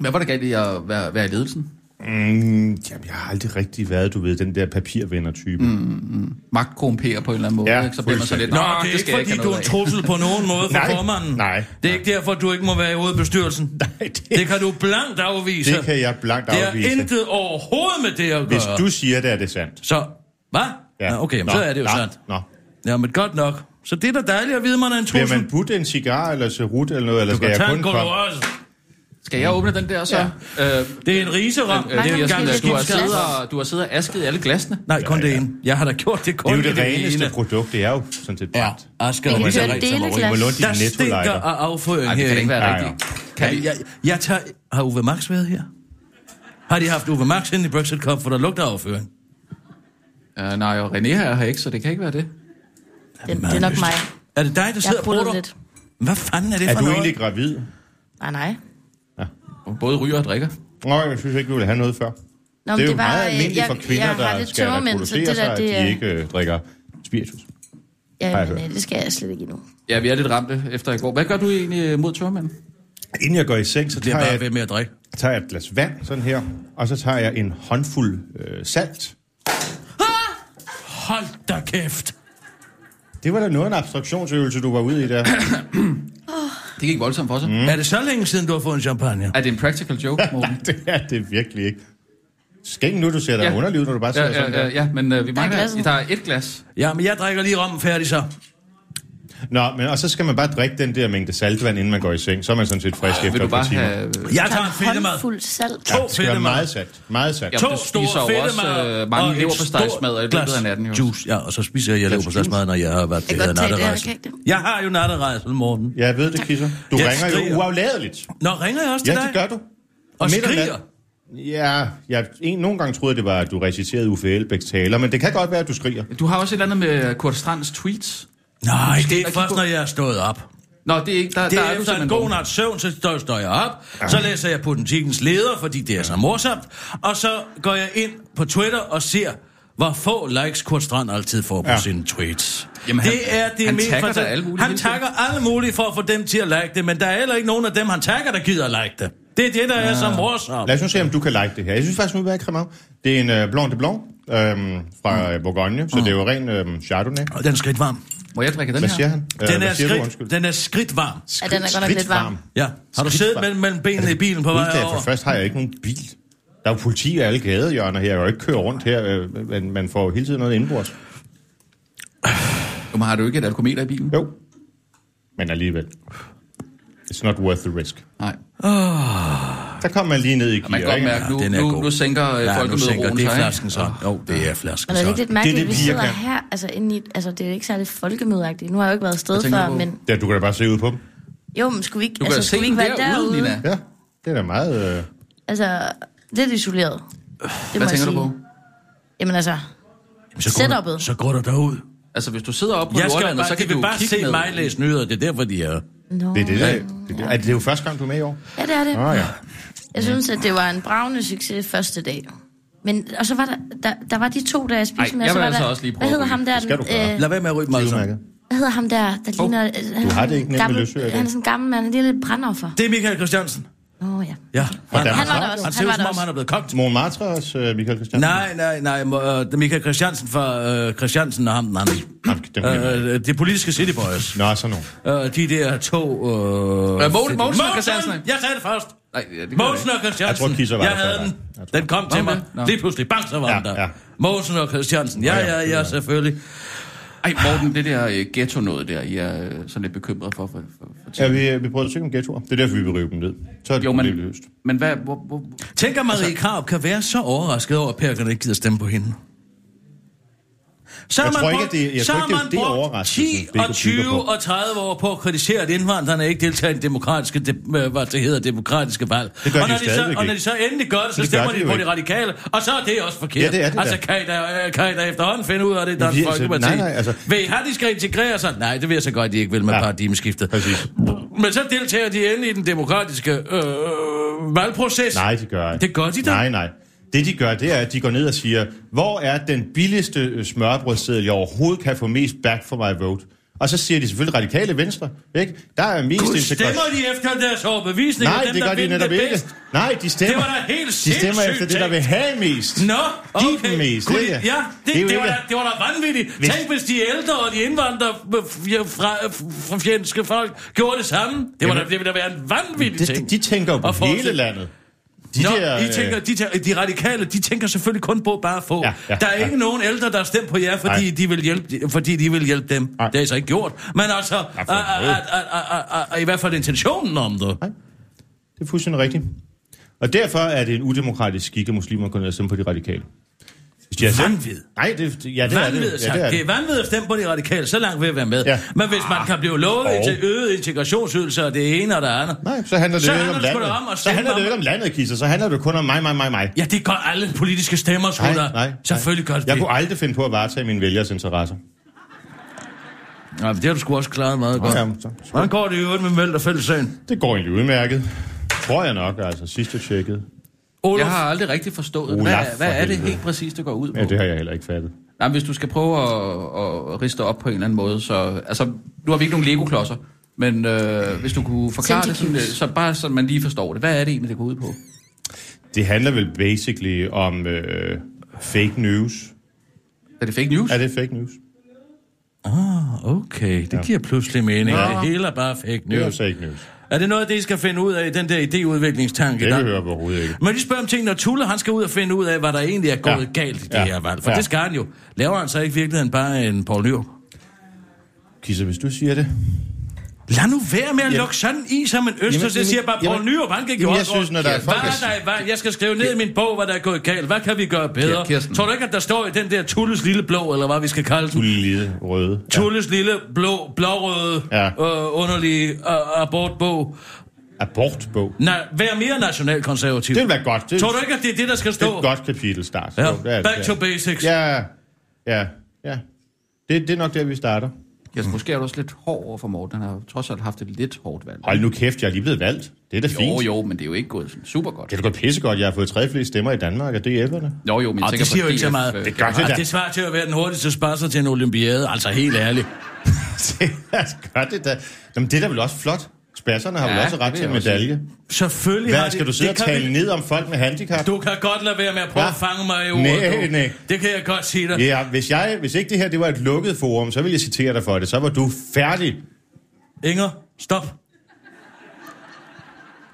Speaker 3: Hvad var der galt i at være, være i ledelsen?
Speaker 6: Mm, jamen, jeg har aldrig rigtig været, du ved, den der papirvenner-type. Mm.
Speaker 3: Magt korrumperer på en eller anden måde,
Speaker 6: Ja,
Speaker 3: ja, ikke? så bliver man så lidt...
Speaker 2: Nå,
Speaker 3: "Nå,
Speaker 2: det er ikke
Speaker 3: skal jeg
Speaker 2: fordi,
Speaker 3: have
Speaker 2: du er en
Speaker 3: noget af."
Speaker 2: trussel på nogen måde for
Speaker 6: Nej,
Speaker 2: formanden.
Speaker 6: nej.
Speaker 2: Det er ikke derfor, du ikke må være i hovedbestyrelsen. Nej,
Speaker 6: det-
Speaker 2: det kan du blankt afvise.
Speaker 6: Det kan jeg blankt
Speaker 2: Det
Speaker 6: afvise.
Speaker 2: er intet overhovedet med det at gøre.
Speaker 6: Hvis du siger det, er det sandt.
Speaker 2: Så, hvad? Ja. Nå, Ah, okay, men så er det jo
Speaker 6: nå,
Speaker 2: sandt.
Speaker 6: Nå.
Speaker 2: Ja, men godt nok. Så det er da dejligt at vide, man er en
Speaker 6: Bliver
Speaker 2: trussel.
Speaker 6: man budt en cigar eller serut eller noget, eller
Speaker 2: du
Speaker 6: skal
Speaker 2: kan
Speaker 6: jeg
Speaker 2: tage
Speaker 6: kun
Speaker 2: en
Speaker 6: komme?
Speaker 2: også.
Speaker 3: Skal jeg åbne den der så? Ja. Øh,
Speaker 2: Det er en riseram.
Speaker 3: øh, det er
Speaker 4: kan
Speaker 3: jo
Speaker 4: man
Speaker 3: sådan,
Speaker 4: skille
Speaker 3: at du har,
Speaker 4: skille
Speaker 3: siddet
Speaker 4: glasser?
Speaker 3: og, du har siddet og asket i alle glasene.
Speaker 2: Nej, kun
Speaker 6: Ja, ja.
Speaker 2: det ene. Jeg har da gjort det
Speaker 6: Det
Speaker 2: kun
Speaker 6: er jo
Speaker 2: i
Speaker 6: det reneste
Speaker 2: ene.
Speaker 6: produkt, det er jo sådan set
Speaker 2: Ja,
Speaker 6: brændt.
Speaker 2: Asger
Speaker 4: Men
Speaker 2: og
Speaker 4: det er
Speaker 2: Rita
Speaker 4: jo
Speaker 2: Ræs, som er rød.
Speaker 4: deleglas.
Speaker 6: Må låne
Speaker 2: Der
Speaker 6: din
Speaker 2: stinker
Speaker 6: nettolejder.
Speaker 2: af afføring
Speaker 3: Nej, det kan da ikke
Speaker 2: herinde.
Speaker 3: være
Speaker 6: Nej,
Speaker 3: rigtigt. Kan
Speaker 2: Jeg, jeg, jeg tager... Har Uwe Max været her? Har de haft Uwe Max ind i Brexit Cup, for der lugter afføring?
Speaker 3: Øh, nej, og René her er her ikke, så det kan ikke være det.
Speaker 4: Det, det er nok mig.
Speaker 2: Er det dig, der
Speaker 4: Jeg
Speaker 2: sidder
Speaker 4: har
Speaker 2: og
Speaker 4: puttet
Speaker 2: bruger
Speaker 4: lidt.
Speaker 2: Hvad fanden er det
Speaker 6: Er
Speaker 2: for
Speaker 6: du
Speaker 2: noget?
Speaker 6: egentlig gravid?
Speaker 4: Nej, nej.
Speaker 3: Og Både ryger og drikker.
Speaker 6: Nå, jeg synes ikke, vi ville have noget før.
Speaker 4: Nå, men
Speaker 6: det er
Speaker 4: det
Speaker 6: jo
Speaker 4: var,
Speaker 6: meget
Speaker 4: øh,
Speaker 6: almindeligt
Speaker 4: jeg-
Speaker 6: for kvinder,
Speaker 4: jeg har
Speaker 6: der
Speaker 4: lidt
Speaker 6: skal
Speaker 4: tømmermænd, så
Speaker 6: reproducere
Speaker 4: det der,
Speaker 6: sig, at
Speaker 4: det
Speaker 6: de
Speaker 4: er-
Speaker 6: ikke øh, drikker spiritus. Har jeg
Speaker 4: Ja, men,
Speaker 6: hørt.
Speaker 4: øh, det skal jeg slet ikke endnu.
Speaker 3: Ja, vi er lidt ramte efter i går. Hvad gør du egentlig øh, mod tørmanden?
Speaker 6: Inden jeg går i seng, så
Speaker 2: Det er
Speaker 6: tager
Speaker 2: bare ved
Speaker 6: jeg,
Speaker 2: med at drikke.
Speaker 6: tager jeg et glas vand, sådan her, og så tager jeg en håndfuld øh, salt.
Speaker 2: Hold da kæft.
Speaker 6: Det var da noget af en abstraktionsøvelse, du var ude i der.
Speaker 3: Det gik voldsomt for sig. Mm.
Speaker 2: Er det så længe siden, du har fået en champagne?
Speaker 3: Er det en practical joke, Morten?
Speaker 6: det er det virkelig ikke. Skæng nu, du ser dig ja.
Speaker 3: Ja.
Speaker 6: underlivet, når du bare
Speaker 3: ja,
Speaker 6: sidder
Speaker 3: ja,
Speaker 6: sådan der.
Speaker 3: ja, ja, men øh, vi mangler...
Speaker 4: glasset.
Speaker 3: Der er et glas.
Speaker 2: Ja, men jeg drikker lige rommen færdig så.
Speaker 6: Nå, men og så skal man bare drikke den der mængde saltvand, inden man går i seng. Så er man sådan set frisk
Speaker 3: Vil
Speaker 6: efter
Speaker 3: du
Speaker 6: et par
Speaker 3: bare
Speaker 6: timer.
Speaker 3: have...
Speaker 2: Jeg tager en fedtemad.
Speaker 4: Håndfuld salt.
Speaker 2: To
Speaker 6: Det skal være
Speaker 2: fedtemad.
Speaker 6: meget salt. Meget salt.
Speaker 3: Ja.
Speaker 2: To
Speaker 3: Du
Speaker 2: store
Speaker 3: spiser jo også,
Speaker 2: fedtemad
Speaker 3: øh, mange
Speaker 2: og et
Speaker 3: leverpostejsmad
Speaker 2: stort
Speaker 3: i løbet af
Speaker 2: glas
Speaker 3: natten, jo.
Speaker 2: Juice, ja, og så spiser jeg leverpostejsmad, når jeg har været det
Speaker 4: Jeg kan
Speaker 2: hedder
Speaker 4: godt tage det, jeg
Speaker 2: natterejsen.
Speaker 4: kan ikke det.
Speaker 2: Jeg har jo natterejsen, Morten.
Speaker 6: Jeg ved det, Kisser. Du
Speaker 2: Jeg
Speaker 6: ringer
Speaker 2: skriger.
Speaker 6: jo uafladeligt.
Speaker 2: Nå, ringer jeg også til
Speaker 6: Ja,
Speaker 2: dig?
Speaker 6: det gør du.
Speaker 2: Og
Speaker 6: Midt om
Speaker 2: skriger.
Speaker 6: natten. Ja, jeg en, nogle gange troede, det var, at du reciterede Uffe Elbæks taler, men det kan godt være, at du skriger.
Speaker 3: Du har også et eller andet med Kurt Strands tweets.
Speaker 2: Nej, det er
Speaker 3: kigge
Speaker 2: først,
Speaker 3: på-
Speaker 2: når jeg er stået op.
Speaker 3: Nå, det er ikke... Der,
Speaker 2: Det
Speaker 3: der
Speaker 2: er
Speaker 3: er
Speaker 2: efter
Speaker 3: du
Speaker 2: en
Speaker 3: simpelthen
Speaker 2: god
Speaker 3: vågen.
Speaker 2: nat søvn, så står, står jeg op, så læser jeg politikens leder, fordi det er så morsomt, og så går jeg ind på Twitter og ser, hvor få likes Kurt Strand altid får på
Speaker 6: Ja.
Speaker 2: ja. sine tweets.
Speaker 3: Jamen,
Speaker 2: det
Speaker 3: han-
Speaker 2: er det
Speaker 3: han
Speaker 2: mest
Speaker 3: tagger da
Speaker 2: fantastiske.
Speaker 3: alle mulige
Speaker 2: Han
Speaker 3: hele tiden.
Speaker 2: takker alle mulige for at få dem til at like det, men der er heller ikke nogen af dem, han takker, der gider at like det. Det er det, der er så morsomt.
Speaker 6: Lad os nu se, om du kan like det her. Jeg synes faktisk, nu er jeg cremant. Det er en uh, Blanc de Blanc øhm, fra mm. Bourgogne, så mm. det er jo ren øhm, Chardonnay.
Speaker 2: Og den er skridtvarm.
Speaker 3: Må jeg drikke den
Speaker 6: Hvad
Speaker 3: her?
Speaker 6: siger han? Øh,
Speaker 2: Den
Speaker 6: hvad
Speaker 2: er,
Speaker 6: siger du?
Speaker 2: skridt,
Speaker 6: Undskyld.
Speaker 2: den er skridtvarm.
Speaker 4: Ja, den er godt nok lidt varm.
Speaker 2: Ja. Har du siddet
Speaker 6: Skridtvarm.
Speaker 2: mellem, mellem benene i bilen på
Speaker 6: Udtaget
Speaker 2: vej
Speaker 6: for
Speaker 2: over?
Speaker 6: først har jeg ikke nogen bil. Der er jo politi i alle gadehjørner her. Jeg kan jo ikke køre rundt her, øh, men man får jo hele tiden noget indbords.
Speaker 3: Jamen, har du ikke et alkometer i bilen?
Speaker 6: Jo. Men alligevel. It's not worth the risk.
Speaker 3: Nej.
Speaker 2: Altså,
Speaker 6: Der kom man lige ned i
Speaker 3: Man kan
Speaker 6: gear,
Speaker 3: godt
Speaker 6: ikke?
Speaker 3: mærke, nu,
Speaker 2: Ja, den er
Speaker 3: nu,
Speaker 2: god.
Speaker 3: nu sænker øh,
Speaker 2: Ja, nu
Speaker 3: folkemødet
Speaker 2: sænker
Speaker 3: roen
Speaker 2: det er
Speaker 3: sig, ikke?
Speaker 2: flasken så. Jo, det er flasken
Speaker 4: Men er det ikke
Speaker 2: så.
Speaker 4: lidt mærkeligt,
Speaker 6: Altså, det,
Speaker 4: at vi sidder
Speaker 6: piger kan.
Speaker 4: her, altså inde i, altså det er jo ikke særlig folkemødeagtigt. Nu har jeg jo ikke været afsted
Speaker 3: Hvad tænker
Speaker 4: før,
Speaker 3: du på?
Speaker 4: men
Speaker 6: Ja, du kan da bare se ud på dem.
Speaker 4: jo, men skulle vi ikke,
Speaker 3: Du kan
Speaker 4: altså,
Speaker 3: altså, se
Speaker 4: skulle vi
Speaker 3: den
Speaker 4: ikke være
Speaker 3: derude,
Speaker 4: derude?
Speaker 3: derude, Nina.
Speaker 6: Ja, det er da meget... Øh...
Speaker 4: Altså, det er lidt isoleret. Det
Speaker 3: Hvad tænker du på?
Speaker 4: Jamen altså,
Speaker 2: Jamen, så går der-
Speaker 4: setup'et.
Speaker 2: Så går der derud.
Speaker 3: Altså, hvis du sidder oppe på
Speaker 2: Jeg skal
Speaker 3: Nordlandet,
Speaker 2: bare,
Speaker 3: så kan
Speaker 2: de
Speaker 3: du
Speaker 2: vil
Speaker 3: jo
Speaker 2: bare
Speaker 3: kigge
Speaker 2: se
Speaker 3: ned.
Speaker 2: mig læse nyheder. Det er derfor, de er...
Speaker 4: no.
Speaker 6: Det er det, der, det, er det, er det jo første gang, du er med i år?
Speaker 4: Ja, det er det.
Speaker 6: Ah, ja.
Speaker 4: Jeg synes, at det var en bravende succes første dag. Men, og så var der, der, der var de to, der jeg spiste
Speaker 3: Ej,
Speaker 4: med.
Speaker 3: jeg
Speaker 4: og så
Speaker 3: vil
Speaker 4: var
Speaker 3: altså
Speaker 4: der,
Speaker 3: også lige prøve
Speaker 4: Hvad hedder
Speaker 3: at ryge.
Speaker 4: ham der?
Speaker 6: Det skal du gøre.
Speaker 4: øh,
Speaker 2: Lad være med at ryge mig.
Speaker 6: Det er
Speaker 2: altså.
Speaker 6: udmærket.
Speaker 4: hvad hedder ham der, der ligner... øh,
Speaker 6: Du har det ikke nemt med
Speaker 4: gammel,
Speaker 6: løsøre i dag.
Speaker 2: Det er Michael Christiansen.
Speaker 4: Åh, oh, ja.
Speaker 2: Ja.
Speaker 6: Danmark
Speaker 4: Han var der
Speaker 6: Radio.
Speaker 2: Han
Speaker 4: også. Han
Speaker 2: ser ud,
Speaker 4: var der
Speaker 2: som om han
Speaker 4: også.
Speaker 2: er bleblevet kogt.
Speaker 6: Morten Martras, øh, Michael Christiansen?
Speaker 2: Nej, nej, nej. må- øh, det er Michael Christiansen fra øh, Christiansen og ham den anden.
Speaker 6: Ham, dem kan jeg
Speaker 2: Øh, det politiske City Boys.
Speaker 6: Nå, sådan nogen.
Speaker 2: Øh, de der to... Øh,
Speaker 3: Øh, Mogens-
Speaker 2: City-
Speaker 3: Mogensen og Christiansen.
Speaker 2: Jeg sagde det først.
Speaker 3: Nej, ja, det kan
Speaker 2: Mogensen
Speaker 3: jeg
Speaker 2: og Christiansen.
Speaker 6: Jeg tror, Kisser var
Speaker 2: jeg
Speaker 6: der
Speaker 2: havde
Speaker 6: før
Speaker 2: den.
Speaker 6: dig. Jeg tror-
Speaker 2: Den kom til mig.
Speaker 3: Nå.
Speaker 2: Lige pludselig. Bang, så var
Speaker 6: Ja,
Speaker 2: den der.
Speaker 6: ja.
Speaker 2: Mogensen og Christiansen. Ja,
Speaker 6: Nå, ja,
Speaker 2: ja,
Speaker 6: det
Speaker 2: ja,
Speaker 6: var-
Speaker 2: selvfølgelig.
Speaker 3: ikke. Ej, Morten, det der øh, ghetto-noget der, I er øh, sådan lidt bekymret for. for, for, for
Speaker 6: Ja, vi, vi prøvede at søge om ghettoer. Det er derfor, vi vil rive dem ned. Så er det
Speaker 3: jo,
Speaker 6: men...
Speaker 3: men,
Speaker 6: løst.
Speaker 3: men hvad, hvor, hvor,
Speaker 2: Tænk, at Marie
Speaker 6: Altså-
Speaker 2: Krav kan være så overrasket over, at Perkerne ikke gider stemme på hende. Så har
Speaker 6: Jeg
Speaker 2: man
Speaker 6: tror ikke,
Speaker 2: brugt-
Speaker 6: at det- jeg
Speaker 2: så
Speaker 6: tror
Speaker 2: har
Speaker 6: ikke, det er
Speaker 2: man
Speaker 6: det
Speaker 2: brugt
Speaker 6: overraskelsen,
Speaker 2: 10
Speaker 6: det
Speaker 2: og
Speaker 6: går
Speaker 2: 20
Speaker 6: bygger på.
Speaker 2: og 30 år på at kritisere, at indvandrerne ikke deltager i den demokratiske, de, øh, hvad det hedder, demokratiske valg.
Speaker 6: Det gør
Speaker 2: og,
Speaker 6: de
Speaker 2: når så,
Speaker 6: jo stadigvæk
Speaker 2: og når de
Speaker 6: ikke.
Speaker 2: så endelig gør det, så
Speaker 6: Det gør
Speaker 2: stemmer
Speaker 6: de
Speaker 2: de,
Speaker 6: jo
Speaker 2: på de
Speaker 6: ikke.
Speaker 2: radikale, og så er det også forkert.
Speaker 6: Ja, det er det
Speaker 2: altså,
Speaker 6: da.
Speaker 2: kan I da, øh, kan I da efterhånden finde ud af det, Dansk
Speaker 6: vi- altså,
Speaker 2: Folkeparti?
Speaker 6: nej, nej, altså-
Speaker 2: Vil I have, de skal integrere sig? Nej, det vil jeg så godt, de ikke vil med ja.
Speaker 6: Ja.
Speaker 2: paradigmeskiftet.
Speaker 6: Præcis.
Speaker 2: Men så deltager de endelig i den demokratiske øh, valgproces.
Speaker 6: Nej, de gør ikke.
Speaker 2: Det gør de da.
Speaker 6: Nej, nej. Det, de gør, det er, at de går ned og siger, hvor er den billigste øh, smørbrødsseddel, jeg overhovedet kan få mest back for my vote? Og så siger de selvfølgelig radikale venstre, ikke? Der er mest
Speaker 2: Gud,
Speaker 6: integration.
Speaker 2: stemmer de efter deres overbevisning?
Speaker 6: Nej,
Speaker 2: og dem,
Speaker 6: det
Speaker 2: der
Speaker 6: gør de
Speaker 2: vinder
Speaker 6: netop
Speaker 2: det
Speaker 6: ikke.
Speaker 2: bedst?
Speaker 6: Nej, de stemmer.
Speaker 2: Det var da helt
Speaker 6: De stemmer
Speaker 2: sindssygt
Speaker 6: efter det, der vil have mest.
Speaker 2: Nå, okay.
Speaker 6: Giv dem mest,
Speaker 2: Kunne
Speaker 6: ikke?
Speaker 2: de- Ja, det,
Speaker 6: Det er
Speaker 2: det,
Speaker 6: jo
Speaker 2: det, var
Speaker 6: ikke-
Speaker 2: da, det var da vanvittigt. Hvis...
Speaker 6: Hvis-
Speaker 2: Tænk, hvis de ældre og de indvandrere fra, fra, fra fjendske folk gjorde det samme. Det, var da,
Speaker 6: Jamen-
Speaker 2: det ville da være en vanvittig
Speaker 6: Det, de,
Speaker 2: ting.
Speaker 6: de tænker jo på
Speaker 2: Og for-
Speaker 6: hele landet. De
Speaker 2: Nå,
Speaker 6: der,
Speaker 2: I tænker,
Speaker 6: øh,
Speaker 2: de, tænker, de radikale, de tænker selvfølgelig kun på bare at få.
Speaker 6: Ja, ja,
Speaker 2: der er
Speaker 6: ja.
Speaker 2: ikke nogen ældre, der har stemt på jer, fordi,
Speaker 6: Nej.
Speaker 2: de vil, hjælpe, fordi de vil hjælpe dem.
Speaker 6: Nej.
Speaker 2: Det er så ikke gjort. Men altså,
Speaker 6: Ja, for
Speaker 2: a- a-
Speaker 6: helvede.
Speaker 2: a- a- a- a- i hvert fald intentionen om det.
Speaker 6: det er fuldstændig rigtigt. Og derfor er det en udemokratisk skik, at muslimer går ned og stemmer på de radikale. Hvis de har stemt-
Speaker 2: Vanvid.
Speaker 6: Nej, det, ja, det er det.
Speaker 2: Vanvid,
Speaker 6: Ja, det er
Speaker 2: det er vanvid at stemme på de radikale, så langt vil jeg være med.
Speaker 6: Ja.
Speaker 2: Men hvis man kan blive lovet
Speaker 6: og-
Speaker 2: til øget integrationsydelser og det ene og det andet.
Speaker 6: Nej, så handler det
Speaker 2: Så
Speaker 6: jo ikke
Speaker 2: handler
Speaker 6: om
Speaker 2: det sgu
Speaker 6: landet.
Speaker 2: da om at
Speaker 6: så
Speaker 2: stemme
Speaker 6: handler det
Speaker 2: om-
Speaker 6: jo ikke om landet, Kisser. Så handler det kun om mig, mig, mig, mig.
Speaker 2: Ja, det gør alle politiske stemmer, sgu
Speaker 6: Nej,
Speaker 2: da.
Speaker 6: nej, nej.
Speaker 2: Selvfølgelig gør det
Speaker 6: Jeg
Speaker 2: det.
Speaker 6: kunne aldrig finde på at varetage mine vælgers interesser.
Speaker 2: Ja, men det har du sgu også klaret meget godt.
Speaker 6: Ja, men så-
Speaker 2: Hvordan går det i øvrigt med Meld og Fællessagen?
Speaker 6: Det går egentlig udmærket. Tror jeg nok, altså sidst jeg tjekkede.
Speaker 2: Oluf,
Speaker 3: jeg har aldrig rigtig forstået det.
Speaker 6: Olaf,
Speaker 3: Hvad, hvad
Speaker 6: for
Speaker 3: er det
Speaker 6: helvede.
Speaker 3: helt præcis, det går ud på?
Speaker 6: Ja, det har jeg heller ikke fattet.
Speaker 3: Nej, men hvis du skal prøve at, at riste op på en eller anden måde, så... Altså, nu har vi ikke nogen Lego-klodser, men øh, hvis du kunne forklare det, sådan, øh,
Speaker 4: Tentacles.
Speaker 3: så bare så man lige forstår det. Hvad er det egentlig, det går ud på?
Speaker 6: Det handler vel basically om øh, fake news.
Speaker 3: Er det fake news?
Speaker 6: Er det fake news?
Speaker 2: Okay, det giver pludselig mening. Ja. Det hele er bare fake
Speaker 6: Det er jo
Speaker 2: news.
Speaker 6: fake news.
Speaker 2: Er det noget, det I skal finde ud af i den der idéudviklingstanke?
Speaker 6: Det
Speaker 2: der?
Speaker 6: hører vi overhovedet ikke.
Speaker 2: Må jeg lige spørge om ting, når Tulle, han skal ud og finde ud af, hvad der egentlig er gået ja.
Speaker 6: Ja.
Speaker 2: galt i det
Speaker 6: Ja.
Speaker 2: her valg. For ja.
Speaker 6: Ja.
Speaker 2: det skal han jo. Laver han så ikke i virkeligheden bare en Poul Nyrup?
Speaker 6: Kisser, hvis du siger det.
Speaker 2: Lad nu være med at
Speaker 6: Jamen-
Speaker 2: lukke sådan i som en østers. Jamen,
Speaker 6: Jamen,
Speaker 2: jeg siger bare, Poul
Speaker 6: jamen-
Speaker 2: Nyrup, han gik jo også
Speaker 6: Jamen, jeg synes,
Speaker 2: rundt.
Speaker 6: når der er
Speaker 2: Hvad
Speaker 6: folk,
Speaker 2: er der, hvad, jeg skal skrive ned i min bog, hvad der er gået galt. Hvad kan vi gøre bedre?
Speaker 3: Kir- Kirsten.
Speaker 2: Tror du ikke, at der står i den der Tulles lille blå, eller hvad vi skal kalde den?
Speaker 6: Lille røde.
Speaker 2: Tulles lille blå, blårøde, ja.
Speaker 6: Ja.
Speaker 2: øh, underlige øh, abortbog.
Speaker 6: Abortbog.
Speaker 2: Nej, vær mere nationalkonservativ.
Speaker 6: Det vil være godt. Det,
Speaker 2: Tror du ikke, at det er det, der skal
Speaker 6: det
Speaker 2: stå?
Speaker 6: er et godt kapitel start.
Speaker 2: Ja.
Speaker 6: Jo, det er det,
Speaker 2: Back
Speaker 6: det
Speaker 2: to
Speaker 6: er.
Speaker 2: basics.
Speaker 6: Ja, ja, ja. Det, det er nok der, vi starter.
Speaker 3: Jeg måske er du også lidt hård over for Morten. Han har jo trods alt haft et lidt hårdt valg.
Speaker 6: Hold nu kæft, jeg er lige blevet valgt. Det er da fint.
Speaker 3: Jo, jo, men det er jo ikke gået sådan super godt.
Speaker 6: Det er da godt pissegodt, jeg har fået tre flest stemmer i Danmark af
Speaker 3: Jo,
Speaker 6: DF'erne.
Speaker 3: jo, men jeg
Speaker 2: Og
Speaker 3: tænker
Speaker 2: det siger
Speaker 3: på
Speaker 2: jo ikke så
Speaker 3: DF,
Speaker 2: meget.
Speaker 3: øh,
Speaker 6: Det gør det
Speaker 2: Altså,
Speaker 6: da.
Speaker 2: det svarer til at være den hurtigste spasser til en olympiade. Altså helt ærligt.
Speaker 6: Det gør det da. Jamen, det er da vel også flot. Spasserne har ja,
Speaker 3: Ja,
Speaker 6: vel også ret
Speaker 3: det
Speaker 6: til en
Speaker 3: vil jeg også
Speaker 6: medalje.
Speaker 2: Selvfølgelig har
Speaker 6: Hvad
Speaker 2: de-
Speaker 6: skal du sidde og
Speaker 2: det kan
Speaker 6: tale
Speaker 2: vi-
Speaker 6: ned om folk med handicap?
Speaker 2: Du kan godt lade være med at prøve
Speaker 6: Hva?
Speaker 2: at fange mig i
Speaker 6: Næ,
Speaker 2: ordet. du.
Speaker 6: næ.
Speaker 2: Det kan jeg godt sige dig.
Speaker 6: Ja, hvis, jeg, hvis ikke det her det var et lukket forum, så ville jeg citere dig for det. Så var du færdig.
Speaker 2: Inger, stop.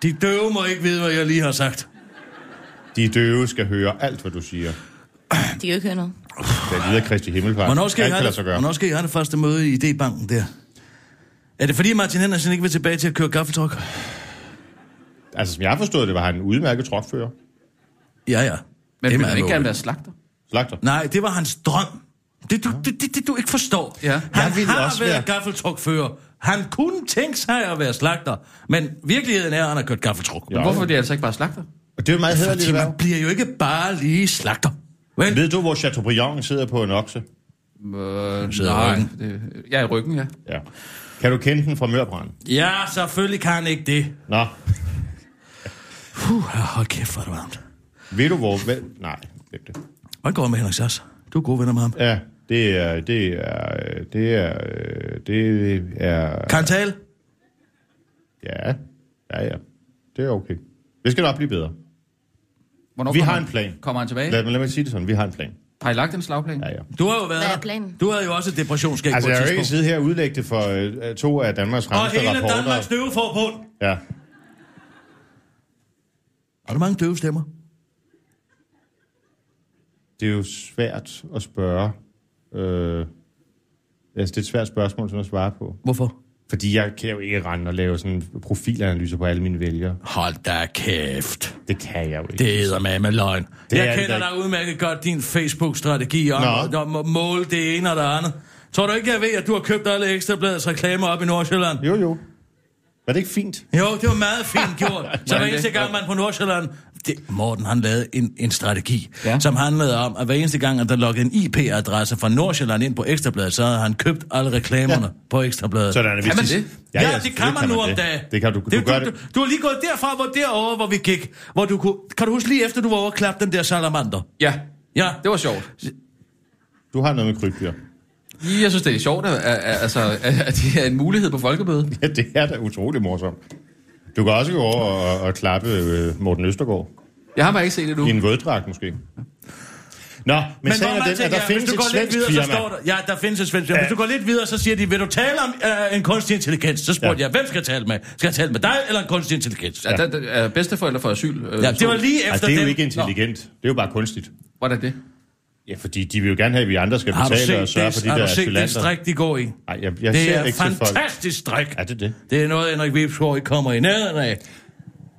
Speaker 2: De døve må ikke vide, hvad jeg lige har sagt.
Speaker 6: De døve skal høre alt, hvad du siger.
Speaker 4: De kan jo ikke høre noget.
Speaker 6: Det er videre Kristi Himmelfart.
Speaker 2: Hvornår skal, I
Speaker 6: alt kan
Speaker 2: have
Speaker 6: lade sig
Speaker 2: det,
Speaker 6: gøre.
Speaker 2: hvornår skal I have det første møde i idébanken der? Er det fordi Martin Henderson ikke vil tilbage til at køre gaffeltruck?
Speaker 6: Altså, som jeg har forstået det, var han en udmærket trokfører.
Speaker 2: Ja, ja.
Speaker 3: Men
Speaker 2: Det er
Speaker 3: vil
Speaker 2: meget
Speaker 3: han ikke gerne
Speaker 2: alvorligt.
Speaker 3: være slagter?
Speaker 6: Slagter.
Speaker 2: Nej, det var hans drøm. Det, du, det, det, det du ikke forstår.
Speaker 3: Ja.
Speaker 2: Han
Speaker 6: Jeg ville
Speaker 2: har
Speaker 6: også
Speaker 2: været
Speaker 6: være-
Speaker 2: gaffeltrukfører. Han kunne tænke sig at være slagter, men virkeligheden er, at han har kørt gaffeltruk.
Speaker 6: Ja.
Speaker 3: Hvorfor er det altså ikke bare slagter?
Speaker 6: Og det er jo meget hederligt
Speaker 2: Fordi
Speaker 6: erhverv.
Speaker 2: man bliver jo ikke bare lige slagter. Vel?
Speaker 6: Ved du, hvor Chateaubriand sidder på en okse?
Speaker 3: Øh,
Speaker 2: sidder i ryggen.
Speaker 3: det, jeg er i ryggen, ja.
Speaker 6: Ja. Kan du kende den fra Mørbrand?
Speaker 2: Ja, selvfølgelig kan han ikke det.
Speaker 6: Nå,
Speaker 2: Puh, hold kæft, hvor er det varmt.
Speaker 6: ved du hvor... Vel... Nej, glem det.
Speaker 2: Hvordan går det med Henrik Sass? Du er gode venner med ham.
Speaker 6: Ja, det er... Det er... Det er... Det er...
Speaker 2: Kan han tale?
Speaker 6: Ja, ja, ja. Det er okay. Det skal nok blive bedre.
Speaker 3: Hvornår
Speaker 6: Vi
Speaker 3: kommer
Speaker 6: har en
Speaker 3: han-
Speaker 6: plan.
Speaker 3: Kommer han tilbage?
Speaker 6: Lad, lad mig sige det sådan, vi har en plan.
Speaker 3: Har I lagt en slagplan?
Speaker 6: Ja, ja.
Speaker 2: Du har jo været
Speaker 4: Hvad er
Speaker 2: der.
Speaker 4: planen?
Speaker 2: Du havde jo også et depressionsskæg
Speaker 6: Altså,
Speaker 2: på et
Speaker 6: jeg vil ikke
Speaker 2: tidspunkt.
Speaker 6: sidde her og udlægge det for øh, to af Danmarks
Speaker 2: Og
Speaker 6: fremmeste
Speaker 2: hele
Speaker 6: rapporter.
Speaker 2: Danmarks døveforbund.
Speaker 6: Ja.
Speaker 2: Har du mange døve stemmer?
Speaker 6: Det er jo svært at spørge. Øh, altså, det er et svært spørgsmål, som at svare på.
Speaker 2: Hvorfor?
Speaker 6: Fordi jeg kan jo ikke rende og lave sådan profilanalyser på alle mine vælgere.
Speaker 2: Hold da kæft.
Speaker 6: Det kan jeg jo ikke.
Speaker 2: Det er med med løgn.
Speaker 6: Det er
Speaker 2: jeg
Speaker 6: det
Speaker 2: kender
Speaker 6: da
Speaker 2: dig udmærket godt din Facebook-strategi om,
Speaker 6: Nå.
Speaker 2: om at måle det ene og det andet. Tror du ikke, jeg ved, at du har købt alle ekstrabladets reklamer op i Nordsjælland?
Speaker 6: Jo, jo. Var det ikke fint?
Speaker 2: Jo, det var meget fint gjort. Så hver
Speaker 3: Nej, det-
Speaker 2: eneste gang, man på Nordsjælland... Det, Morten, han lavede en, en strategi, ja.
Speaker 3: Ja.
Speaker 2: som handlede om, at hver eneste gang, at der loggede en IP-adresse fra Nordsjælland ind på Ekstrabladet, så havde han købt alle reklamerne ja. på Ekstrabladet.
Speaker 6: Sådan, hvis
Speaker 3: Kan man
Speaker 6: de-
Speaker 3: det?
Speaker 2: Ja, ja, det
Speaker 6: selvfølgelig
Speaker 2: kan man nu om
Speaker 6: det.
Speaker 2: dagen.
Speaker 6: Det kan du, du,
Speaker 2: det,
Speaker 6: gør
Speaker 2: du,
Speaker 6: det.
Speaker 2: du, du har lige gået derfra, hvor derovre, hvor vi gik, hvor du kunne... Kan du huske lige efter, du var over og klappe den der salamander?
Speaker 3: ja.
Speaker 2: Ja,
Speaker 3: Det var sjovt.
Speaker 6: Du har noget med krybdyr.
Speaker 3: Jeg synes, det er sjovt, at, at, at, altså, at, at det er en mulighed på folkemødet.
Speaker 6: Ja, det er da utrolig morsomt. Du kan også gå over og, og klappe øh, Morten Østergaard.
Speaker 3: Jeg har bare ikke set det nu.
Speaker 6: I en våddragt måske. Nå, men, men
Speaker 2: Men hvor
Speaker 6: sagen er
Speaker 2: man
Speaker 6: den, at
Speaker 2: tænker,
Speaker 6: der
Speaker 2: ja,
Speaker 6: findes
Speaker 2: hvis du
Speaker 6: et
Speaker 2: går lidt
Speaker 6: svensk
Speaker 2: videre, så
Speaker 6: firma.
Speaker 2: står der, ja, der findes et svensk firma. Hvis du går lidt videre, så siger de, vil du tale om øh, en kunstig intelligens? Så spurgte
Speaker 6: Ja.
Speaker 2: ja. jeg, hvem skal jeg tale med? Skal jeg tale med dig eller en kunstig intelligens? Ja,
Speaker 3: Ja, der, der er bedsteforældre for asyl. Øh,
Speaker 2: ja det var lige efter
Speaker 6: Ej, Altså, det er jo
Speaker 2: dem.
Speaker 6: ikke
Speaker 2: Nå.
Speaker 6: intelligent. Det er jo bare kunstigt.
Speaker 3: Hvordan det?
Speaker 6: Ja, fordi de vil jo gerne have, at vi andre skal
Speaker 2: Har du
Speaker 6: betale og
Speaker 2: set,
Speaker 6: sørge for
Speaker 2: det,
Speaker 6: de
Speaker 2: har
Speaker 6: der
Speaker 2: du set det
Speaker 6: asylanter.
Speaker 2: strik, de går i?
Speaker 6: Nej, jeg, jeg
Speaker 2: det
Speaker 6: ser
Speaker 2: er
Speaker 6: ikke til folk.
Speaker 2: fantastisk strik.
Speaker 6: Er det det?
Speaker 2: Det er noget, Henrik Vibsgaard ikke kommer i nærheden af.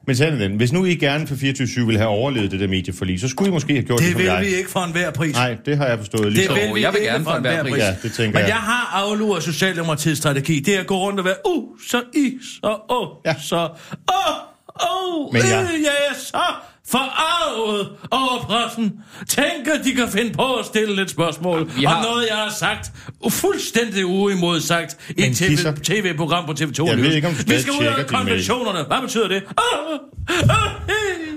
Speaker 6: Men sagen er den, hvis nu I gerne på 24-7 ville have overlevet det der medieforlig, så skulle I måske have gjort det,
Speaker 2: Det
Speaker 6: som
Speaker 2: vil
Speaker 6: jeg.
Speaker 2: vi ikke for enhver pris.
Speaker 6: Nej, det har jeg forstået.
Speaker 2: Det
Speaker 6: Ligesom,
Speaker 2: vil vi
Speaker 3: jeg vil
Speaker 2: ikke
Speaker 3: gerne
Speaker 2: for
Speaker 3: for enhver pris.
Speaker 6: Ja, det tænker
Speaker 2: Men
Speaker 6: jeg.
Speaker 2: jeg har afluret Socialdemokratiets strategi. Det er at gå rundt og være, uh, så i, så åh, oh,
Speaker 6: Ja.
Speaker 2: så åh, åh,
Speaker 6: Men
Speaker 2: øh,
Speaker 6: jeg-
Speaker 2: jeg er så forarvet over pressen. Tænk, at de kan finde på at stille lidt spørgsmål
Speaker 3: vi
Speaker 2: har... om
Speaker 3: har-
Speaker 2: noget, jeg har sagt, uh, fuldstændig uimodsagt i
Speaker 6: Men
Speaker 2: et TV,
Speaker 6: Kisser,
Speaker 2: tv-program på TV2.
Speaker 6: jeg ved
Speaker 2: News.
Speaker 6: ikke, om du
Speaker 2: Vi
Speaker 6: stadig
Speaker 2: skal ud af
Speaker 6: tjekker din mail.
Speaker 2: konventionerne. Hvad betyder det? Åh, åh, øh.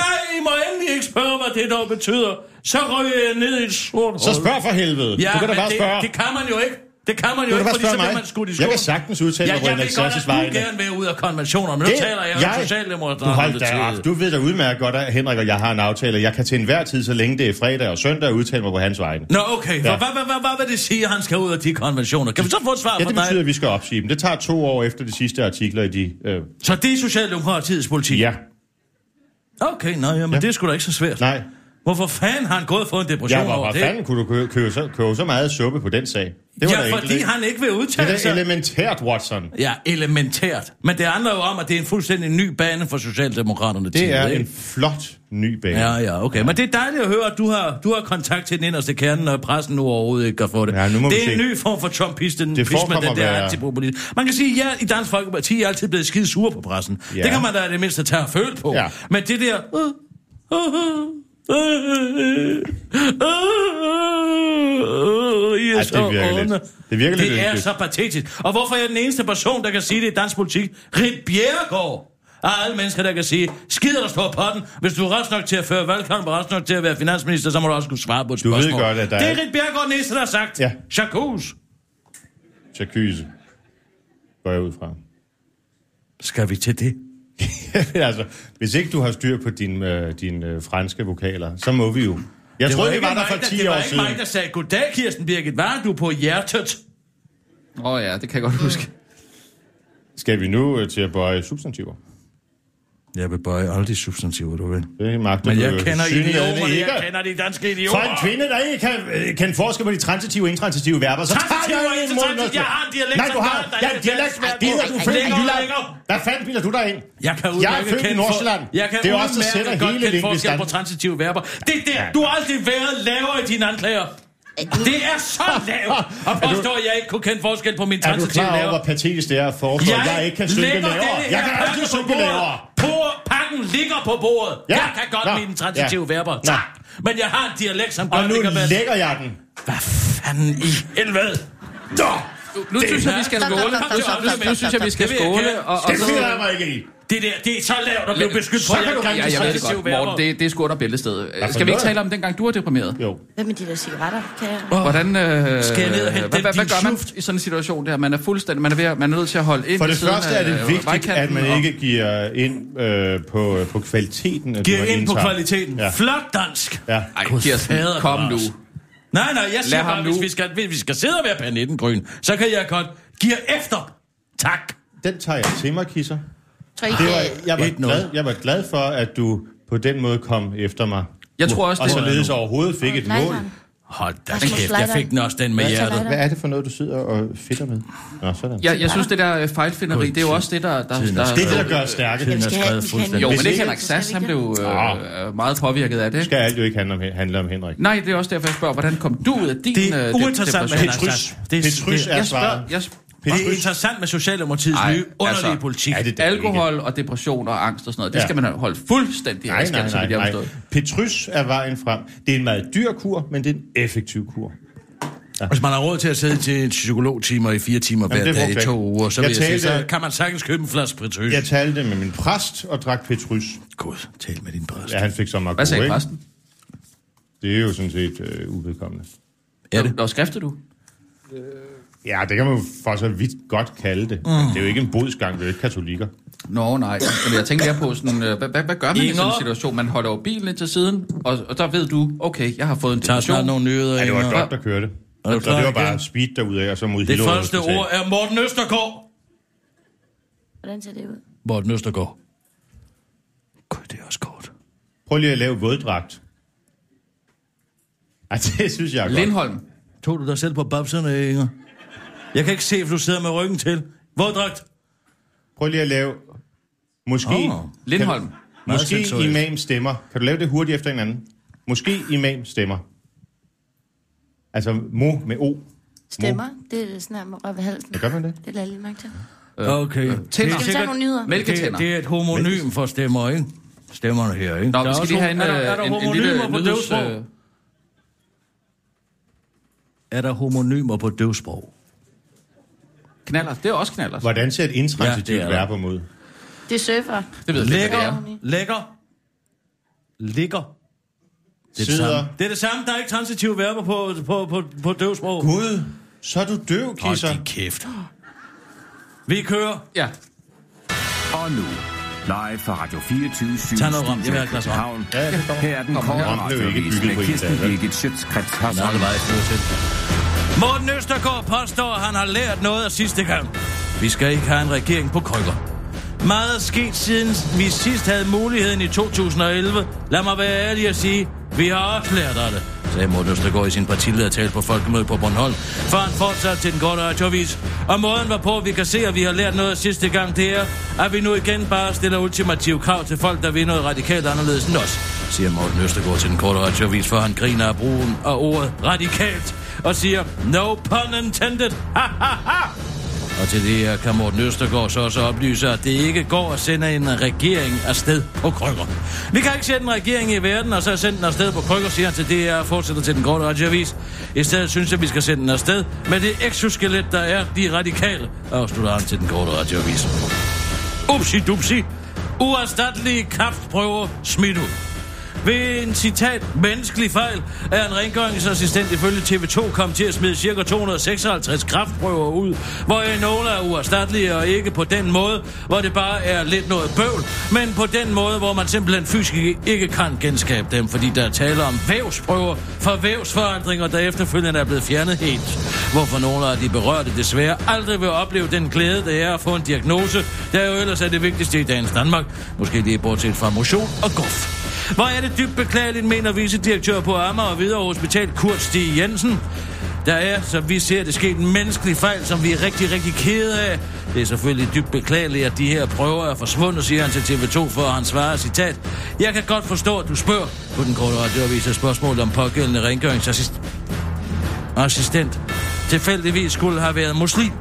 Speaker 2: Nej, I må endelig ikke spørge, hvad det dog betyder. Så ryger jeg ned i et sort
Speaker 6: Så
Speaker 2: hul.
Speaker 6: spørg for helvede.
Speaker 2: Ja,
Speaker 6: du kan da
Speaker 2: men
Speaker 6: bare
Speaker 2: det,
Speaker 6: spørge.
Speaker 2: det kan man jo ikke. Det kan man jo
Speaker 6: du
Speaker 2: ikke,
Speaker 6: kan da bare
Speaker 2: fordi så
Speaker 6: spørge
Speaker 2: bliver
Speaker 6: mig.
Speaker 2: man skudt i
Speaker 6: Jeg
Speaker 2: skolen.
Speaker 6: kan sagtens udtale
Speaker 2: Ja,
Speaker 6: mig på
Speaker 2: jeg
Speaker 6: Henrik
Speaker 2: vil godt,
Speaker 6: Sasses
Speaker 2: at du
Speaker 6: vegne.
Speaker 2: gerne vil ud af konventionerne, men nu taler jeg om
Speaker 6: Du hold
Speaker 2: Socialdemokraterne
Speaker 6: da op. Du ved da udmærket godt, at Henrik og jeg har en aftale. Jeg kan til enhver tid, så længe det er fredag og søndag, udtale mig på hans vegne.
Speaker 2: Nå, okay.
Speaker 6: Ja.
Speaker 2: Hvad, hvad, hvad, hvad, hvad vil det sige, at han skal ud af de konventioner? Kan vi så få et svar
Speaker 6: Ja,
Speaker 2: fra
Speaker 6: det betyder,
Speaker 2: dig?
Speaker 6: at vi skal opsige dem. Det tager to år efter de sidste artikler i de... Øh,
Speaker 2: Så det er Socialdemokratiets politik?
Speaker 6: ja,
Speaker 2: Okay, nej, jamen,
Speaker 6: Ja.
Speaker 2: det er sgu da ikke så svært.
Speaker 6: nej.
Speaker 2: Hvorfor fanden har han gået og fået en depression
Speaker 6: Ja, hvor,
Speaker 2: over
Speaker 6: hvor
Speaker 2: det?
Speaker 6: fanden kunne du købe, købe, så, købe så meget suppe på den sag? Det var da
Speaker 2: ja,
Speaker 6: enkelt,
Speaker 2: fordi
Speaker 6: ikke?
Speaker 2: han altså- ikke vil
Speaker 6: Det
Speaker 2: udtale
Speaker 6: er da
Speaker 2: sig.
Speaker 6: elementært, Watson.
Speaker 2: Ja, elementært. Men det handler jo om, at det er en fuldstændig ny bane for Socialdemokraterne. til,
Speaker 6: Det er
Speaker 2: ikke?
Speaker 6: en flot ny bane.
Speaker 2: Ja, ja, okay. Men det er dejligt at høre, at du har, du har kontakt til den inderste kerne, når pressen nu overhovedet ikke kan få det.
Speaker 6: Ja, nu må
Speaker 2: det
Speaker 6: vi
Speaker 2: er en
Speaker 6: se.
Speaker 2: ny form for trumpisten,
Speaker 6: Det
Speaker 2: hvis man
Speaker 6: forekommer
Speaker 2: den der
Speaker 6: at være-
Speaker 2: antipopulisme. Man kan sige, ja, i Dansk Folkeparti er altid blevet skide sure på pressen.
Speaker 6: Ja.
Speaker 2: Det kan man da i det mindste tage og føle på.
Speaker 6: Ja.
Speaker 2: Men det der... Uh, uh, uh, uh, uh, I er
Speaker 6: Ej, det
Speaker 2: så
Speaker 6: virker lidt-
Speaker 2: onde.
Speaker 6: det virker lidt
Speaker 2: Det er
Speaker 6: ynkeligt.
Speaker 2: så patetisk. Og hvorfor er jeg den eneste person, der kan sige det i dansk politik? Rit Bjerregaard! Af alle mennesker, der kan sige, skider der står på den. Hvis du er rest nok til at føre valgkamp og rest nok til at være finansminister, så må du også kunne svare på et
Speaker 6: Du ved
Speaker 2: spørgsmål.
Speaker 6: godt, at der
Speaker 2: det er
Speaker 6: er-
Speaker 2: Rit Bjerregaard den eneste, der har sagt.
Speaker 6: Ja.
Speaker 2: Chakos.
Speaker 6: Jacuzzi. Går jeg ud fra.
Speaker 2: Skal vi til det?
Speaker 6: altså, hvis ikke du har styr på din, øh, din øh, franske vokaler, så må vi jo. Jeg troede, vi
Speaker 2: ikke
Speaker 6: var der
Speaker 2: mig,
Speaker 6: for 10
Speaker 2: det var
Speaker 6: år
Speaker 2: ikke
Speaker 6: siden.
Speaker 2: mig, der sagde, goddag Kirsten Birgit, var du på hjertet?
Speaker 3: Åh oh, ja, det kan jeg godt huske.
Speaker 6: Skal vi nu øh, til at bøje substantiver?
Speaker 2: Jeg bebøjer alle de substantiver, du vil.
Speaker 6: Det magter
Speaker 2: Men
Speaker 6: du
Speaker 2: jeg
Speaker 6: jo
Speaker 2: kender
Speaker 6: tilsyneladende
Speaker 2: idiomerne,
Speaker 6: øh, ikke.
Speaker 2: jeg kender de danske idiomer.
Speaker 6: For en kvinde, der ikke kan, øh, kan forske på de transitive og intransitive verber, så
Speaker 2: Transitive
Speaker 6: tager
Speaker 2: og
Speaker 6: jeg en
Speaker 2: intransitive,
Speaker 6: mund-
Speaker 2: jeg har en dialekt,
Speaker 6: Nej, du
Speaker 2: som
Speaker 6: har.
Speaker 2: gør, at der
Speaker 6: Jeg
Speaker 2: er
Speaker 6: er
Speaker 2: lidt
Speaker 6: dialekt,
Speaker 2: dansk.
Speaker 6: hvad gider
Speaker 4: Ej,
Speaker 6: du
Speaker 4: ej,
Speaker 6: født i
Speaker 4: lækker,
Speaker 6: Jylland?
Speaker 2: lækker.
Speaker 6: Hvad fanden bilder du dig ind?
Speaker 2: Jeg kan
Speaker 6: Jeg er
Speaker 2: udmærket
Speaker 6: født i
Speaker 2: kende for-
Speaker 6: Nordsjælland.
Speaker 2: Jeg kan
Speaker 6: Det er jo os, der sætter
Speaker 2: udmærket godt
Speaker 6: hele
Speaker 2: kende forskel på
Speaker 6: lingvistikken.
Speaker 2: transitive verber. Det er der, du har aldrig været lavere i dine anklager. Det er så lavt at
Speaker 6: Ah, Er du-
Speaker 2: påstå, at jeg ikke kunne kende forskel på min
Speaker 6: Er du
Speaker 2: transitive
Speaker 6: klar over,
Speaker 2: laver.
Speaker 6: hvor patetisk det er at foreslå, at jeg ikke kan synke
Speaker 2: lægger
Speaker 6: lavere?
Speaker 2: denne
Speaker 6: Jeg
Speaker 2: her
Speaker 6: kan altid
Speaker 2: pakke på
Speaker 6: synke
Speaker 2: bordet.
Speaker 6: lavere.
Speaker 2: På- Pakken ligger på bordet.
Speaker 6: Ja.
Speaker 2: Jeg kan godt
Speaker 6: Nå.
Speaker 2: lide den transitive
Speaker 6: Ja.
Speaker 2: verber.
Speaker 6: Nå.
Speaker 2: Tak. Men jeg har en dialekt, som
Speaker 6: Og
Speaker 2: godt
Speaker 6: nu
Speaker 2: ligger med.
Speaker 6: lægger jeg den.
Speaker 2: Hvad fanden i helvede? Nå!
Speaker 3: Nu
Speaker 2: Det
Speaker 3: synes
Speaker 2: er-
Speaker 3: jeg, vi skal
Speaker 4: Stop, stop,
Speaker 3: skåle.
Speaker 4: stop, stop,
Speaker 3: Nu-
Speaker 4: stop,
Speaker 3: Nu
Speaker 4: stop,
Speaker 3: synes jeg, vi skal
Speaker 2: stop, stop.
Speaker 3: skåle. Og, og
Speaker 6: Det
Speaker 3: så,
Speaker 6: finder jeg mig ikke i.
Speaker 2: Det der, det er så lavt at blive beskyttet for,
Speaker 6: så
Speaker 2: at
Speaker 6: kan
Speaker 2: jeg
Speaker 6: du
Speaker 2: kan
Speaker 6: rigtig
Speaker 3: ja,
Speaker 2: lide
Speaker 3: jeg ved det
Speaker 2: transitive
Speaker 3: godt.
Speaker 2: verber.
Speaker 3: Morten, det, det er sgu under bæltestedet. Øh,
Speaker 6: for
Speaker 3: Skal vi ikke
Speaker 6: noget?
Speaker 3: tale om dengang, du var deprimeret?
Speaker 6: Jo.
Speaker 4: Hvad med de der cigaretter? Kan jeg...
Speaker 3: Hvordan, øh,
Speaker 2: Skal jeg ned og hente
Speaker 3: hvad, hvad,
Speaker 2: din
Speaker 3: hvad gør man
Speaker 2: snuft?
Speaker 3: i sådan en situation der? Man er fuldstændig, man er, ved, at- man er nødt til at holde ind
Speaker 6: For
Speaker 3: ved
Speaker 6: det
Speaker 3: siden
Speaker 6: første er det
Speaker 3: af, øh,
Speaker 6: vigtigt,
Speaker 3: vejkanten,
Speaker 6: at man
Speaker 3: og-
Speaker 6: ikke giver ind øh, på, på kvaliteten. af det,
Speaker 2: Giver
Speaker 6: man
Speaker 2: ind på
Speaker 6: indtager.
Speaker 2: kvaliteten.
Speaker 6: Ja.
Speaker 2: Flot dansk.
Speaker 6: ja.
Speaker 3: Ej,
Speaker 2: Gud
Speaker 3: Kirsten,
Speaker 2: fader
Speaker 3: kom nu.
Speaker 2: bevares. Nej, nej, jeg siger
Speaker 3: ham
Speaker 2: bare,
Speaker 3: nu.
Speaker 2: hvis vi, skal, hvis vi skal sidde og være panettengryn, så kan jeg godt give efter. Tak.
Speaker 6: Den tager jeg til mig, Kisser.
Speaker 4: Tror I ikke,
Speaker 6: Det var,
Speaker 4: øh,
Speaker 6: jeg, var
Speaker 2: Et nul.
Speaker 6: glad, jeg var glad for, at du på den måde kom efter mig.
Speaker 3: Jeg tror også,
Speaker 6: Og
Speaker 3: det
Speaker 6: således overhovedet fik et mål.
Speaker 4: lighteren?
Speaker 2: Hold da
Speaker 4: Rasmus
Speaker 2: kæft, jeg
Speaker 4: Leideren.
Speaker 2: fik den også den med
Speaker 4: Hvad så,
Speaker 2: hjertet.
Speaker 4: Leideren?
Speaker 6: Hvad er det for noget, du sidder og fitter med? Nå, sådan.
Speaker 3: Jeg, jeg synes, det der øh, fejlfinderi, det er jo også det, der... der,
Speaker 2: Tiden er
Speaker 3: der
Speaker 6: Det er det, der gør os stærke.
Speaker 2: Tiden er
Speaker 4: skal have-
Speaker 2: skrevet
Speaker 4: vi skal have-
Speaker 2: fuldstændig.
Speaker 3: jo, men
Speaker 6: Hvis
Speaker 3: det
Speaker 6: ikke-
Speaker 3: Henrik Sass, han blev øh,
Speaker 6: Ah.
Speaker 3: øh, meget påvirket af det.
Speaker 6: skal alt jo ikke handle om, handle om Henrik.
Speaker 3: Nej, det er også derfor, jeg spørger, hvordan kom du ud af din
Speaker 2: Det
Speaker 3: øh,
Speaker 2: er
Speaker 3: dep-
Speaker 2: uinteressant med
Speaker 3: depression?
Speaker 2: Henrik
Speaker 6: Petrus.
Speaker 2: Sass. Det er-
Speaker 6: Petrus
Speaker 2: det-
Speaker 6: er
Speaker 3: Jeg spørger,
Speaker 6: svaret.
Speaker 3: jeg,
Speaker 2: Det er interessant med Socialdemokratiets
Speaker 3: Ej,
Speaker 2: nye underlige
Speaker 3: altså,
Speaker 2: politik.
Speaker 6: er det da
Speaker 3: alkohol og depression og angst og sådan noget, det
Speaker 6: Ja.
Speaker 3: skal man holde fuldstændig
Speaker 6: Nej, nej,
Speaker 3: adskilt, så
Speaker 6: nej,
Speaker 3: vidt jeg har
Speaker 6: nej.
Speaker 3: forstået.
Speaker 6: Petrus er vejen frem. Det er en meget dyr kur, men det er en effektiv kur.
Speaker 2: Hvis man har råd til at sidde til en psykologtimer i fire timer hver
Speaker 6: Jamen, det
Speaker 2: dag i
Speaker 6: brugte jeg
Speaker 2: to
Speaker 6: ikke.
Speaker 2: uger, så,
Speaker 6: Jeg
Speaker 2: vil jeg sige,
Speaker 6: talte-
Speaker 2: så kan man sagtens købe en flaske spritøs.
Speaker 6: Jeg talte med min præst og drak Petrus.
Speaker 2: Gud, tal med din præst.
Speaker 6: Ja, han fik så meget
Speaker 3: Hvad
Speaker 6: kur,
Speaker 3: sagde
Speaker 6: ikke?
Speaker 3: præsten?
Speaker 6: Det er jo sådan set øh, uvedkommende.
Speaker 2: Er det?
Speaker 3: Nå, skriftede du?
Speaker 6: Ja, det kan man jo for så vidt godt kalde det. Mm. Men det er jo ikke en bodsgang, det er jo ikke katolikker.
Speaker 3: Nå, nej. Men jeg tænkte mere på sådan, øh, hvad, hvad, hvad gør man i sådan en
Speaker 2: Inger?
Speaker 3: situation? Man holder jo bilen lidt til siden, og, og der ved du, okay, jeg har fået en
Speaker 2: Der er snart
Speaker 3: depression.
Speaker 2: nogle nyheder.
Speaker 6: Ja, det var
Speaker 2: Inger.
Speaker 6: et dok, der kørte.
Speaker 2: Er du
Speaker 6: Og det
Speaker 2: klar
Speaker 6: var bare
Speaker 2: igen?
Speaker 6: speed derudad, og så mod
Speaker 2: Det
Speaker 6: Hillerød
Speaker 2: første
Speaker 6: Hospital.
Speaker 2: ord er Morten Østergaard.
Speaker 4: Hvordan ser det ud?
Speaker 2: Morten Østergaard. Gud, det er også kort.
Speaker 6: Prøv lige at lave våddragt. Ej, det synes jeg er godt.
Speaker 3: Lindholm.
Speaker 2: Tog du dig selv på babserne, Inger? Jeg kan ikke se, hvis du sidder med ryggen til. Våddragt.
Speaker 6: Prøv lige at lave... Måske...
Speaker 2: Åh,
Speaker 6: kan-
Speaker 3: Lindholm.
Speaker 2: Meget
Speaker 6: Måske
Speaker 2: sensuelt.
Speaker 6: imam stemmer. Kan du lave det hurtigt efter hinanden? Måske imam stemmer. Altså mo med o.
Speaker 4: Stemmer? Det er sådan her med røv i halsen.
Speaker 6: Ja, gør man det?
Speaker 4: Det lader jeg lige mærke til.
Speaker 2: Okay.
Speaker 3: Tænder.
Speaker 4: Skal vi tage nogle nyheder?
Speaker 3: Mælketænder.
Speaker 2: Det, det er et homonym for stemmer, ikke? Stemmerne her, ikke?
Speaker 3: Nå,
Speaker 2: Der
Speaker 3: vi
Speaker 2: er
Speaker 3: skal
Speaker 2: også
Speaker 3: lige have
Speaker 2: hom-
Speaker 3: en,
Speaker 2: er der, er der
Speaker 3: øh, en, en
Speaker 2: homonymer
Speaker 3: lille
Speaker 2: på
Speaker 3: nyheds...
Speaker 2: døvsprog?
Speaker 3: øh,
Speaker 2: Er der homonymer på døvsprog?
Speaker 3: Knaller. Det er også knaller.
Speaker 6: Hvordan ser et intransitivt
Speaker 2: Ja, det er
Speaker 6: verb ud?
Speaker 4: Det er surfer.
Speaker 3: Det ved jeg ikke, hvad det
Speaker 2: Lækker,
Speaker 3: er.
Speaker 2: lækker, ligger. Det er det,
Speaker 6: Sidder.
Speaker 2: samme. det er det samme. Der er ikke transitive verber på, på, på, på døvsprog.
Speaker 6: Gud, så er du døv, kisser.
Speaker 2: Hold din kæft. Vi kører.
Speaker 3: Ja.
Speaker 5: Og nu, live fra Radio 24 7
Speaker 2: Tag noget rom. Jeg vil have et glas rom.
Speaker 6: Ja, det kommer.
Speaker 5: Her er den korte
Speaker 6: Rom blev ikke
Speaker 5: radiovis
Speaker 6: bygget på
Speaker 5: med
Speaker 6: en
Speaker 5: Kirsten
Speaker 6: dag, vel?
Speaker 5: Birgit Schøtzgrads Hasholm.
Speaker 2: Alle veje fører til. Morten Østergaard påstår, at han har lært noget af sidste gang. Vi skal ikke have en regering på krykker. Meget er sket siden vi sidst havde muligheden i 2011. Lad mig være ærlig og sige, vi har også lært af det, sagde Morten Østergaard i sin partiledertale på Folkemødet på Bornholm, for han fortsat til den korte radioavis. Og måden, hvorpå vi kan se, at vi har lært noget af sidste gang, det er, at vi nu igen bare stiller ultimative krav til folk, der vil noget radikalt anderledes end os, siger Morten Østergaard til den korte radioavis, for han griner af brugen af ordet radikalt og siger, no pun intended, ha ha ha! Og til det her kan Morten Østergaard så også oplyse, at det ikke går at sende en regering afsted på krykker. Vi kan ikke sætte en regering i verden, og så sende den afsted på krykker, siger han til DR og fortsætter til den korte radioavis. I stedet synes jeg, vi skal sende den afsted med det exoskelet, der er de radikale, afslutter han til den korte radioavis. Upsi dupsi. Uerstattelige kraftprøver smidt ud. Ved en citat menneskelig fejl er en rengøringsassistent ifølge TV2 kom til at smide ca. 256 kraftprøver ud, hvor nogle er uerstattelige og ikke på den måde, hvor det bare er lidt noget bøvl, men på den måde, hvor man simpelthen fysisk ikke kan genskabe dem, fordi der er tale om vævsprøver fra vævsforandringer, der efterfølgende er blevet fjernet helt. Hvorfor nogle af de berørte desværre aldrig vil opleve den glæde, det er at få en diagnose, der jo ellers er det vigtigste i dagens Danmark. Måske lige bortset fra motion og guf. Hvor er det dybt beklageligt, mener vicedirektør på Amager og videre hospital Kurt Stig Jensen. Der er, som vi ser det, sket en menneskelig fejl, som vi er rigtig, rigtig kede af. Det er selvfølgelig dybt beklageligt, at de her prøver er forsvundet, siger han til TV2, for han svarer, citat, Jeg kan godt forstå, at du spørger på den korte radioavis er spørgsmålet om pågældende rengøringsassistent assistent tilfældigvis skulle have været muslim.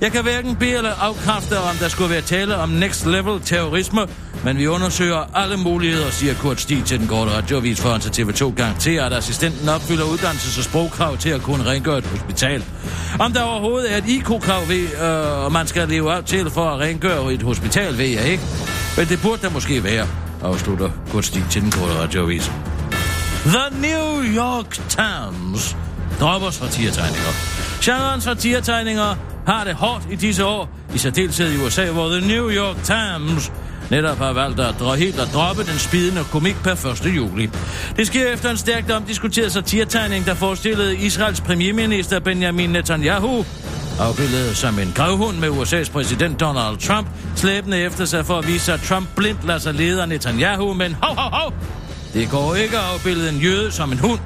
Speaker 2: Jeg kan hverken bede eller afkræfte, om der skulle være tale om next level terrorisme, men vi undersøger alle muligheder, siger Kurt Stig til den korte radioavis foran til TV2 garanterer, at assistenten opfylder uddannelses- og sprogkrav til at kunne rengøre et hospital. Om der overhovedet er et IQ-krav, ved, øh, man skal leve op til for at rengøre et hospital, ved jeg ikke. Men det burde der måske være, afslutter Kurt Stig til den korte radioavis. The New York Times dropper satiretegninger. Genren satiretegninger har det hårdt i disse år, i særdeleshed i USA, hvor The New York Times netop har valgt at dra- helt at droppe den spidende komik per 1. juli. Det sker efter en stærkt omdiskuteret satiretegning, der forestillede Israels premierminister Benjamin Netanyahu afbildet som en gravhund med USA's præsident Donald Trump, slæbende efter sig for at vise, at Trump blindt lader sig lede af Netanyahu, men hov, hov, hov! Det går ikke at afbilde en jøde som en hund,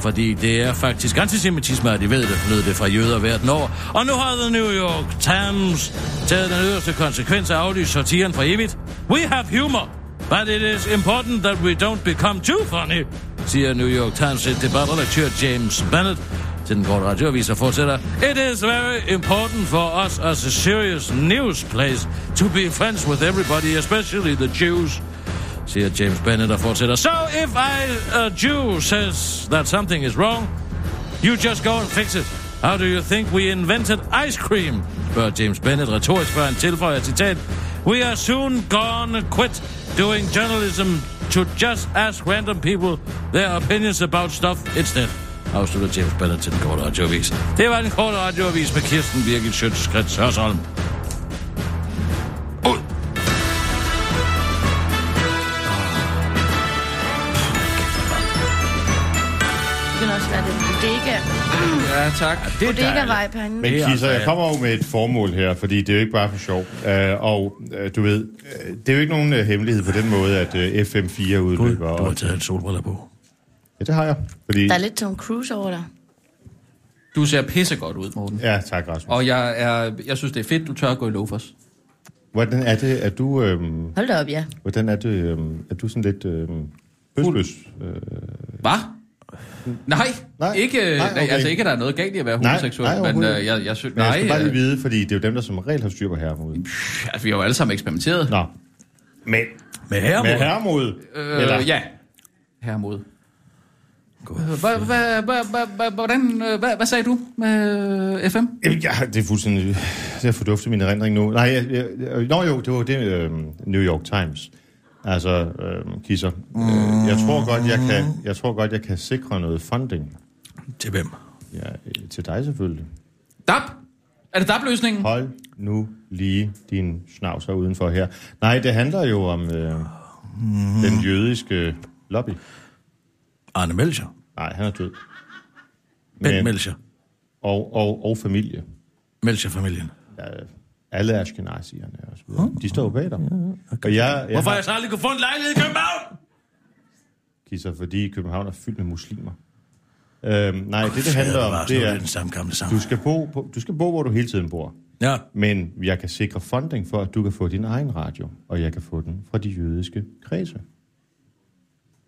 Speaker 2: fordi det er faktisk antisemitisme, at de ved det, lød det fra jøder verden over. Og nu har The New York Times taget den yderste konsekvens af aflyst satiren for evigt. We have humor, but it is important that we don't become too funny, siger New York Times debatredaktør James Bennett til den korte radioavis og fortsætter. It is very important for us as a serious news place to be friends with everybody, especially the Jews siger James Bennett og fortsætter. So if I, a Jew, says that something is wrong, you just go and fix it. How do you think we invented ice cream? spørger James Bennett retorisk, før han tilføjer citat. We are soon gonna quit doing journalism to just ask random people their opinions about stuff instead. Afslutter James Bennett til den korte radioavis. Det var den korte radioavis med Kirsten Birgit Schøtz-Krets Hørsholm.
Speaker 4: Det kan også være det. Bodega.
Speaker 3: Ja, tak.
Speaker 4: Bodega-vej på hende.
Speaker 6: Men
Speaker 2: Det er
Speaker 6: Kisser,
Speaker 2: altså-
Speaker 6: jeg kommer jo med et formål her, fordi det er jo ikke bare for sjov. Uh, og uh, du ved, uh, det er jo ikke nogen uh, hemmelighed på den måde, at uh, FM4
Speaker 2: Gud,
Speaker 6: udløber.
Speaker 2: du har
Speaker 6: Og,
Speaker 2: taget en solbriller på.
Speaker 6: ja, det har jeg. Fordi,
Speaker 4: Der er lidt Tom Cruise over dig.
Speaker 3: Du ser pissegodt ud, Morten.
Speaker 6: ja, tak Rasmus.
Speaker 3: Og jeg, er, jeg synes, det er fedt, du tør at gå i loafers.
Speaker 6: Hvordan er det, at du, øhm,
Speaker 4: Hold da op, ja.
Speaker 6: hvordan er, det, øhm, er du sådan lidt øhm, østløs? Øh,
Speaker 3: Hvad? Nej,
Speaker 6: Nej,
Speaker 3: ikke,
Speaker 6: nej,
Speaker 3: nej, okay.
Speaker 6: okay.
Speaker 3: altså ikke, at der er noget galt i at være
Speaker 6: Nej,
Speaker 3: homoseksuel,
Speaker 6: nej,
Speaker 3: men
Speaker 6: overhovedet
Speaker 3: øh, jeg, jeg synes,
Speaker 6: men jeg
Speaker 3: nej,
Speaker 6: skal bare lige
Speaker 3: øh,
Speaker 6: vide, fordi det er jo dem, der som regel har styr på herremod.
Speaker 3: altså, vi har jo alle sammen eksperimenteret.
Speaker 6: Nå. Men
Speaker 2: Med herremod.
Speaker 6: med herremod?
Speaker 3: Øh,
Speaker 6: eller?
Speaker 3: ja. Herremod. Hva- hva- hva- hva- hva- Hvordan, øh, hva- hvad sagde du med øh, FM?
Speaker 6: Jamen, ja, det er fuldstændig... Jeg fordufter min erindring nu. Nej, jeg, jeg, jeg, nå jo, det var det øh, New York Times. Altså, øh, kisser. Øh, jeg, tror godt, jeg, kan, jeg tror godt, jeg kan sikre noget funding.
Speaker 2: Til hvem?
Speaker 6: Ja, øh, til dig selvfølgelig.
Speaker 3: DAP? Er det DAP-løsningen?
Speaker 6: Hold nu lige din snavser udenfor her. Nej, det handler jo om øh,
Speaker 3: Mhm.
Speaker 6: den jødiske lobby.
Speaker 2: Arne Melcher.
Speaker 6: Nej, han er død.
Speaker 2: Bent Melcher.
Speaker 6: og, og, og familie.
Speaker 2: Melcher-familien.
Speaker 6: Ja, alle ashkenazierne og så videre. De står jo bag dig. Og jeg, jeg
Speaker 2: Hvorfor
Speaker 6: har-
Speaker 2: jeg så aldrig kunne få en lejlighed i København?
Speaker 6: Kisser, fordi København er fyldt med muslimer. Øhm, nej, det det handler
Speaker 2: var
Speaker 6: om,
Speaker 2: sådan
Speaker 6: det
Speaker 2: lidt den
Speaker 6: er,
Speaker 2: samme gamle sang.
Speaker 6: du skal, bo på, du skal bo, hvor du hele tiden bor.
Speaker 2: Ja,
Speaker 6: Men jeg kan sikre funding for, at du kan få din egen radio, og jeg kan få den fra de jødiske kredse.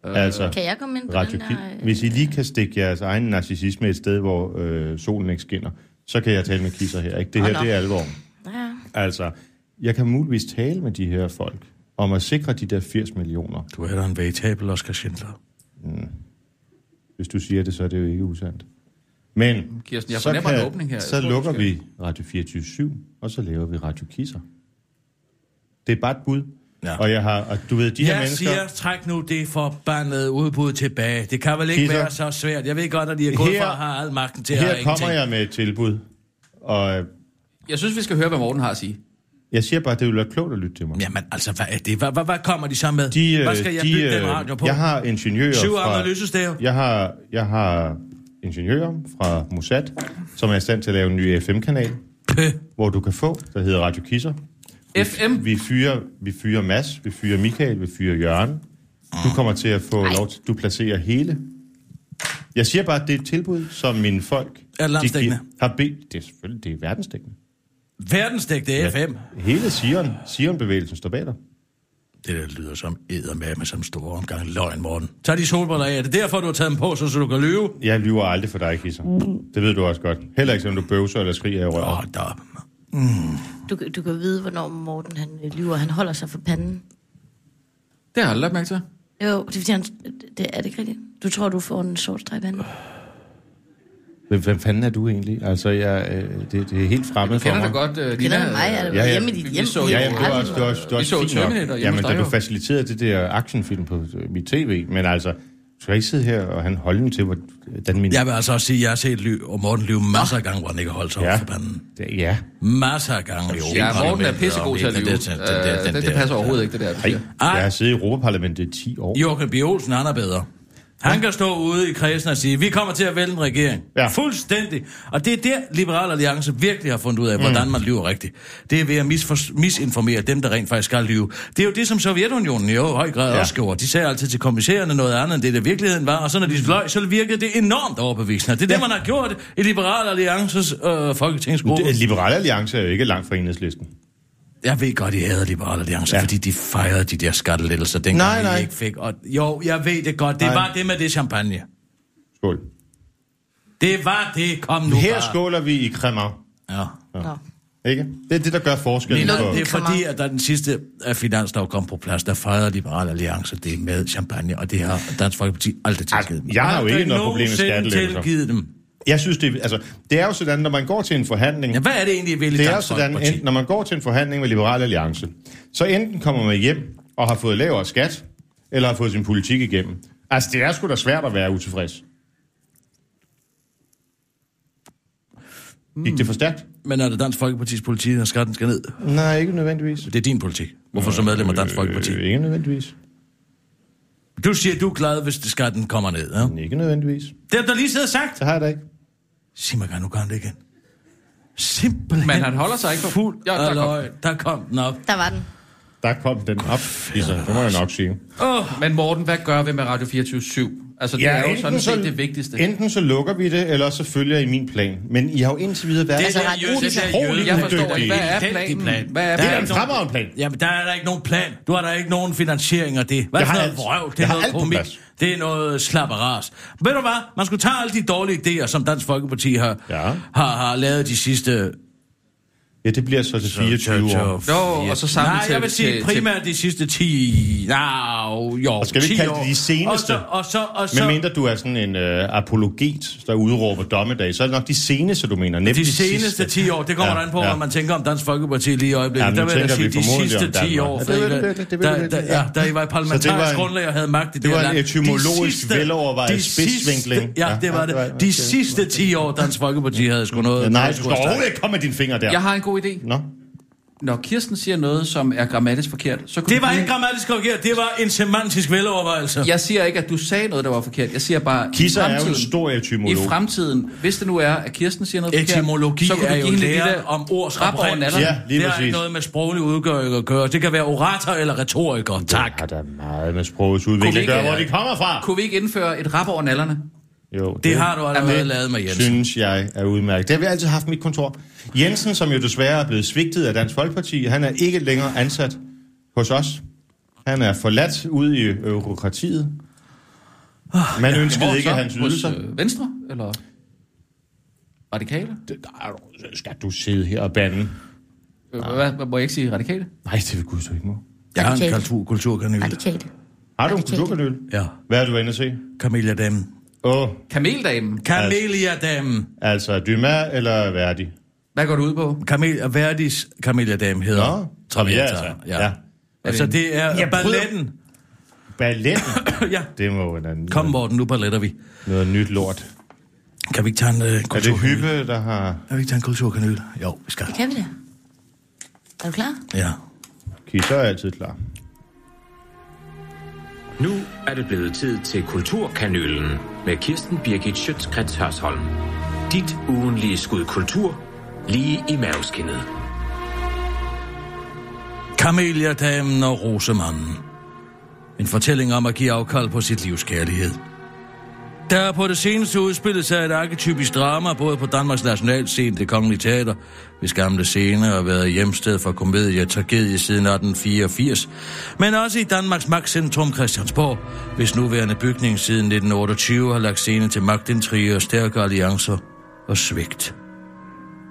Speaker 6: Øh, altså,
Speaker 4: Kan jeg komme ind på
Speaker 6: Radio
Speaker 4: den der...
Speaker 6: Kild. Hvis I lige kan stikke jeres egen narcissisme et sted, hvor øh, solen ikke skinner, så kan jeg tale med Kisser her. Ikke? Det her,
Speaker 4: nå.
Speaker 6: det er alvor.
Speaker 4: Ja.
Speaker 6: Altså, jeg kan muligvis tale med de her folk om at sikre de der 80 millioner.
Speaker 2: du er da en veritabel Oscar Schindler.
Speaker 6: Hvis du siger det, så er det jo ikke usandt. Men
Speaker 3: Kirsten, jeg fornemmer en åbning her. Jeg
Speaker 6: så
Speaker 3: tror, du
Speaker 6: lukker
Speaker 3: skal-
Speaker 6: vi Radio 24 og så laver vi Radio Kisser. Det er bare et bud.
Speaker 2: Ja.
Speaker 6: Og jeg har, og du ved, de her
Speaker 2: Jeg
Speaker 6: mennesker...
Speaker 2: siger, træk nu det forbandede udbud tilbage. Det kan vel ikke
Speaker 6: Peter,
Speaker 2: være så svært. Jeg ved godt, at de er gået
Speaker 6: her-
Speaker 2: her, fra at have al magten til at have
Speaker 6: her kommer
Speaker 2: ingenting.
Speaker 6: jeg med et tilbud, og øh,
Speaker 3: Jeg synes, vi skal høre, hvad Morten har at sige.
Speaker 6: jeg siger bare, at det ville være klogt at lytte til mig.
Speaker 2: Jamen altså, hvad er det? Hvad, hvad, hvad kommer de så med?
Speaker 6: De, øh,
Speaker 2: hvad skal jeg
Speaker 6: de,
Speaker 2: bygge den
Speaker 6: øh,
Speaker 2: radio på?
Speaker 6: Jeg har ingeniører
Speaker 2: Syv
Speaker 6: fra...
Speaker 2: analysestager.
Speaker 6: Jeg har, jeg har ingeniører fra Mossad, som er i stand til at lave en ny FM-kanal,
Speaker 2: Pøh.
Speaker 6: hvor du kan få, der hedder Radio Kisser.
Speaker 3: FM?
Speaker 6: Vi fyrer, vi fyrer Mads, vi fyrer Michael, vi fyrer Jørgen. Du kommer til at få Ej. lov til, du placerer hele. Jeg siger bare, at det er et tilbud, som mine folk...
Speaker 2: Er det landsdækkende?
Speaker 6: giver- Har bedt, det er selvfølgelig, det er verdensdækkende.
Speaker 2: Verdensdægte ja. FM.
Speaker 6: Hele Sion, Sion-bevægelsen står bag dig.
Speaker 2: Det der lyder som eddermame som stor omgang løgn, Morten. Tag de solbriller af. Er det derfor, du har taget dem på, så, så du kan lyve?
Speaker 6: Jeg lyver aldrig for dig, Kisser.
Speaker 3: Mm.
Speaker 6: Det ved du også godt. Heller ikke, om du bøvser eller skriger i røret.
Speaker 2: Åh, der.
Speaker 4: Du, kan- du kan vide, hvornår Morten han øh, lyver. Han holder sig for panden.
Speaker 3: Det har jeg aldrig lagt mærke til.
Speaker 4: Jo, det er fordi, han, det er det ikke rigtigt. Du tror, du får en sort streg i panden.
Speaker 6: Hvem, hvem fanden er du egentlig? Altså, jeg, øh, det, det er helt fremmed for
Speaker 3: Kender
Speaker 6: mig.
Speaker 3: du godt, uh,
Speaker 4: Kender du mig? Er det
Speaker 6: Ja, ja.
Speaker 4: hjemme i dit
Speaker 3: Vi
Speaker 4: hjem?
Speaker 3: så
Speaker 4: i
Speaker 3: jo-
Speaker 4: dit
Speaker 6: Ja, jamen, det var
Speaker 4: eget-
Speaker 6: også, det var også, det var
Speaker 3: Vi
Speaker 6: også
Speaker 3: så
Speaker 6: fint
Speaker 3: Terminator
Speaker 6: nok.
Speaker 3: hjemme
Speaker 6: Jamen,
Speaker 3: hos
Speaker 6: da
Speaker 3: dig,
Speaker 6: du
Speaker 3: jo.
Speaker 6: faciliterede det der actionfilm på øh, mit tv, men altså, du skal ikke sidde her og han holde til, hvordan min...
Speaker 2: Jeg vil altså også sige, at jeg har set Ly- og Morten lyve masser af gange, hvor han ikke har holdt sig ja. for panden.
Speaker 6: Det- ja.
Speaker 2: Masser af gange i
Speaker 3: Ja, Morten er
Speaker 2: Europaparlamentet
Speaker 3: pissegod
Speaker 2: og
Speaker 3: til at
Speaker 2: den
Speaker 3: lyve.
Speaker 2: der- den der-
Speaker 3: Øh,
Speaker 2: den
Speaker 3: Det
Speaker 2: der-
Speaker 3: det passer overhovedet ikke, det der. du siger.
Speaker 2: Ej.
Speaker 6: Jeg har siddet i Europaparlamentet i 10 år.
Speaker 2: Joachim B. Olsen, han er bedre. Han kan stå ude i kredsen og sige, vi kommer til at vælge en regering.
Speaker 6: Ja.
Speaker 2: Fuldstændig. Og det er der, Liberal Alliance virkelig har fundet ud af, hvordan man lyver rigtigt. Det er ved at misfor- misinformere dem, der rent faktisk skal lyve. Det er jo det, som Sovjetunionen jo i høj grad
Speaker 6: Ja.
Speaker 2: ja. også gjorde. De sagde altid til kommissærerne noget andet, end det der virkeligheden var. Og så når de løg, så virkede det enormt overbevisende. Det er ja. det, man har gjort i Liberal Alliances øh, folketingsgruppe.
Speaker 6: Det- Liberale Alliance er jo ikke langt fra enhedslisten.
Speaker 2: Jeg ved godt, I hader Liberal Alliance,
Speaker 6: Ja.
Speaker 2: ja. fordi de fejrede de der skattelettelser, dengang
Speaker 6: Nej,
Speaker 2: nej,
Speaker 6: nej.
Speaker 2: nej. ikke fik. Og, jo, jeg ved det godt. Det
Speaker 6: Nej.
Speaker 2: nej. var det med det champagne.
Speaker 6: Skål.
Speaker 2: Det var det. Kom nu
Speaker 6: Her
Speaker 2: bare.
Speaker 6: skåler vi i Kremer.
Speaker 2: Ja.
Speaker 4: Nå.
Speaker 6: Ikke? Det er det, der gør forskellen.
Speaker 4: Men-
Speaker 6: på-
Speaker 2: Det er
Speaker 4: Kom
Speaker 2: fordi,
Speaker 4: on.
Speaker 2: at da den sidste af finanslov kom på plads, der fejrede Liberal Alliance det med champagne, og det har Dansk Folkeparti aldrig tilgivet dem.
Speaker 6: jeg har jo ikke
Speaker 2: Aldrig
Speaker 6: noget problem med
Speaker 2: nogensinde
Speaker 6: skattelettelser.
Speaker 2: tilgivet dem.
Speaker 6: Jeg synes, det, er- altså, det er jo sådan, når man går til en forhandling,
Speaker 2: Ja, hvad er det egentlig, I vil i
Speaker 6: Det er
Speaker 2: Dansk
Speaker 6: sådan,
Speaker 2: Folkeparti?
Speaker 6: enten, når man går til en forhandling med Liberal Alliance, så enten kommer man hjem og har fået lavere skat, eller har fået sin politik igennem. Altså, det er sgu da svært at være utilfreds. Gik det for stærkt?
Speaker 2: Men er det Dansk Folkepartis politik, når skatten skal ned?
Speaker 6: Mm. Nej, ikke nødvendigvis.
Speaker 2: Det er din politik. Hvorfor så medlem af Dansk Folkeparti?
Speaker 6: Øh, ikke nødvendigvis.
Speaker 2: Du siger, du er glad, hvis skatten kommer ned, ja?
Speaker 6: Ikke nødvendigvis.
Speaker 2: Det har du lige siddet og sagt.
Speaker 6: Det har jeg da ikke.
Speaker 2: Sig mig, nu gør han det igen. Simpelthen.
Speaker 3: Men han holder sig ikke for fuld. Ja, der kom.
Speaker 2: Halløj, der kom den op.
Speaker 4: Der var den.
Speaker 6: Der kom den op, Lisa. Det må jeg nok sige.
Speaker 3: Men Morten, hvad gør vi med Radio 24-7? Altså, det er jo sådan set det vigtigste.
Speaker 6: enten så lukker vi det, eller så følger I min plan. Men I har jo indtil videre været...
Speaker 4: Altså, ret
Speaker 6: utrolig
Speaker 3: Jeg forstår ikke,
Speaker 6: udygtige.
Speaker 3: hvad er
Speaker 2: Elendig plan.
Speaker 3: planen? Hvad er
Speaker 6: det er da
Speaker 3: planen?
Speaker 6: en fremragende plan.
Speaker 2: Jamen, der er der ikke nogen plan. Du har der ikke nogen finansiering af det. Hvad er
Speaker 6: Jeg
Speaker 2: det for noget
Speaker 6: har alt.
Speaker 2: vrøv? Det
Speaker 6: Jeg
Speaker 2: er
Speaker 6: har
Speaker 2: noget
Speaker 6: alt på
Speaker 2: komik.
Speaker 6: plads.
Speaker 2: Det er noget slapperas. Ved du hvad? Man skulle tage alle de dårlige idéer, som Dansk Folkeparti har,
Speaker 6: Ja.
Speaker 2: har, har lavet de sidste...
Speaker 6: Ja, det bliver så til 24 år.
Speaker 3: Nå, og så samle
Speaker 2: Nej,
Speaker 3: til-
Speaker 2: jeg vil sige
Speaker 3: til-
Speaker 2: primært de sidste 10... Nå, jo,
Speaker 6: Og skal vi ikke
Speaker 2: 10
Speaker 6: kalde det
Speaker 2: år.
Speaker 6: de seneste?
Speaker 2: Og så, og så, og så,
Speaker 6: Men mindre du er sådan en øh, apologet, der udråber dommedag, så er det nok de seneste, du mener. Næppe
Speaker 2: De seneste 10 år, det kommer
Speaker 6: Ja,
Speaker 2: ja, an på,
Speaker 6: ja.
Speaker 2: ja. hvad man tænker om Dansk Folkeparti lige i øjeblikket.
Speaker 6: Ja,
Speaker 2: Ja,
Speaker 6: nu
Speaker 2: der vil jeg da
Speaker 6: tænker
Speaker 2: sige,
Speaker 6: vi
Speaker 2: de
Speaker 6: formodentlig
Speaker 2: sidste
Speaker 6: om Danmark.
Speaker 2: 10 år,
Speaker 6: Ja,
Speaker 2: fordi
Speaker 6: det vil det,
Speaker 2: da,
Speaker 6: det vil det,
Speaker 2: da,
Speaker 6: det, det.
Speaker 2: da, ja, da I var i
Speaker 6: Så det var
Speaker 2: parlamentarisk
Speaker 6: en-
Speaker 2: grundlag og havde magt i det,
Speaker 6: det var
Speaker 2: her
Speaker 6: en
Speaker 2: land.
Speaker 6: etymologisk
Speaker 2: De sidste-
Speaker 6: velovervejet
Speaker 2: de sidste-
Speaker 6: spidsvinkling.
Speaker 2: Ja,
Speaker 6: Ja,
Speaker 2: det
Speaker 6: ja,
Speaker 2: var
Speaker 6: det var-
Speaker 2: det.
Speaker 6: okay.
Speaker 2: De sidste 10 år, Dansk Folkeparti havde sgu noget.
Speaker 6: Nej,
Speaker 2: noget
Speaker 6: du skal
Speaker 2: skulle have
Speaker 6: overhovedet ikke komme med dine fingre der.
Speaker 3: Jeg har en god idé.
Speaker 6: Nå?
Speaker 3: Når Kirsten siger noget, som er grammatisk forkert, så kunne
Speaker 2: Det
Speaker 3: du
Speaker 2: var
Speaker 3: lige-
Speaker 2: ikke grammatisk korrigeret, det var en semantisk velovervejelse.
Speaker 3: Jeg siger ikke, at du sagde noget, der var forkert. Jeg siger bare,
Speaker 6: Kisser
Speaker 3: i
Speaker 6: er jo
Speaker 3: fremtiden,
Speaker 6: en stor
Speaker 3: i
Speaker 6: etymolog.
Speaker 3: fremtiden, hvis det nu er, at Kirsten siger noget forkert,
Speaker 2: Etymologi
Speaker 3: så kunne du
Speaker 2: er jo
Speaker 3: give hende det
Speaker 2: lære
Speaker 3: der
Speaker 2: om ords
Speaker 3: rap over
Speaker 2: oprindelse.
Speaker 3: natterne.
Speaker 6: Ja, lige
Speaker 2: det har
Speaker 6: præcis.
Speaker 2: ikke noget med sproglig udgørelse at gøre. Det kan være orator eller retoriker. Tak.
Speaker 6: Det har da meget med sprogets
Speaker 3: Kunne vi
Speaker 6: udvikling at
Speaker 3: ikke-
Speaker 6: gøre, hvor de kommer fra.
Speaker 3: Kunne vi ikke indføre et rap over nallerne?
Speaker 6: Jo,
Speaker 2: Det har du allerede
Speaker 6: Jamen,
Speaker 2: lavet med Jensen.
Speaker 6: synes jeg er udmærket. Det har vi altid haft i mit kontor. Jensen, som jo desværre er blevet svigtet af Dansk Folkeparti, han er ikke længere ansat hos os. Han er forladt ude i eurokratiet. Man ønskede
Speaker 3: Hvor
Speaker 6: ikke
Speaker 3: så?
Speaker 6: hans
Speaker 3: Hos,
Speaker 6: ydelser.
Speaker 3: øh, Venstre? Eller radikale?
Speaker 6: Det- nej, Skal du sidde her og bande?
Speaker 3: Øh, Hvad, hvad, må jeg ikke sige radikale?
Speaker 6: Nej, det vil Gud så ikke må.
Speaker 2: Jeg har en
Speaker 4: Radikalt.
Speaker 2: kultur, kulturkanal.
Speaker 4: Radikalt.
Speaker 6: Har du en
Speaker 4: Nej, det
Speaker 6: kulturkanal?
Speaker 2: Ja,
Speaker 6: Hvad har du været inde at se?
Speaker 2: Camilla Damen.
Speaker 6: Åh, oh,
Speaker 3: Kameldamen.
Speaker 2: Camelia Damen.
Speaker 6: altså Dumas eller Verdi?
Speaker 3: Hvad går du ud på?
Speaker 2: Kamel, Verdis Camelia Dame hedder.
Speaker 6: Nå, Traviata, ja.
Speaker 2: ja. Altså, det er
Speaker 6: Jeg bryder-
Speaker 2: balletten.
Speaker 6: Ballet,
Speaker 2: ja,
Speaker 6: det må være noget,
Speaker 2: kom Morten, nu balletter vi.
Speaker 6: noget nyt lort.
Speaker 2: Kan vi ikke tage en øh,
Speaker 6: Er det
Speaker 2: kulturkanal?
Speaker 6: Hyppe, der har
Speaker 2: Kan vi ikke tage en kulturkanal? Jo, vi skal.
Speaker 4: Kan vi det? Er du klar?
Speaker 2: Ja.
Speaker 6: kisser er altid klar?
Speaker 7: Nu er det blevet tid til Kulturkanølen med Kirsten Birgit Schøtzgrads Hørsholm. Dit ugenlige skud kultur lige i maveskinnet.
Speaker 2: Kameliadamen og Rosemanden. En fortælling om at give afkald på sit livs kærlighed. Der er på det seneste udspillet sig et arketypisk drama, både på Danmarks nationalscene, det kongelige teater, hvis gamle scene og været hjemsted for komedie og tragedie siden 1884, men også i Danmarks magtcentrum Christiansborg, hvis nuværende bygning siden 1928 har lagt scene til magtintriger, stærke alliancer og svigt.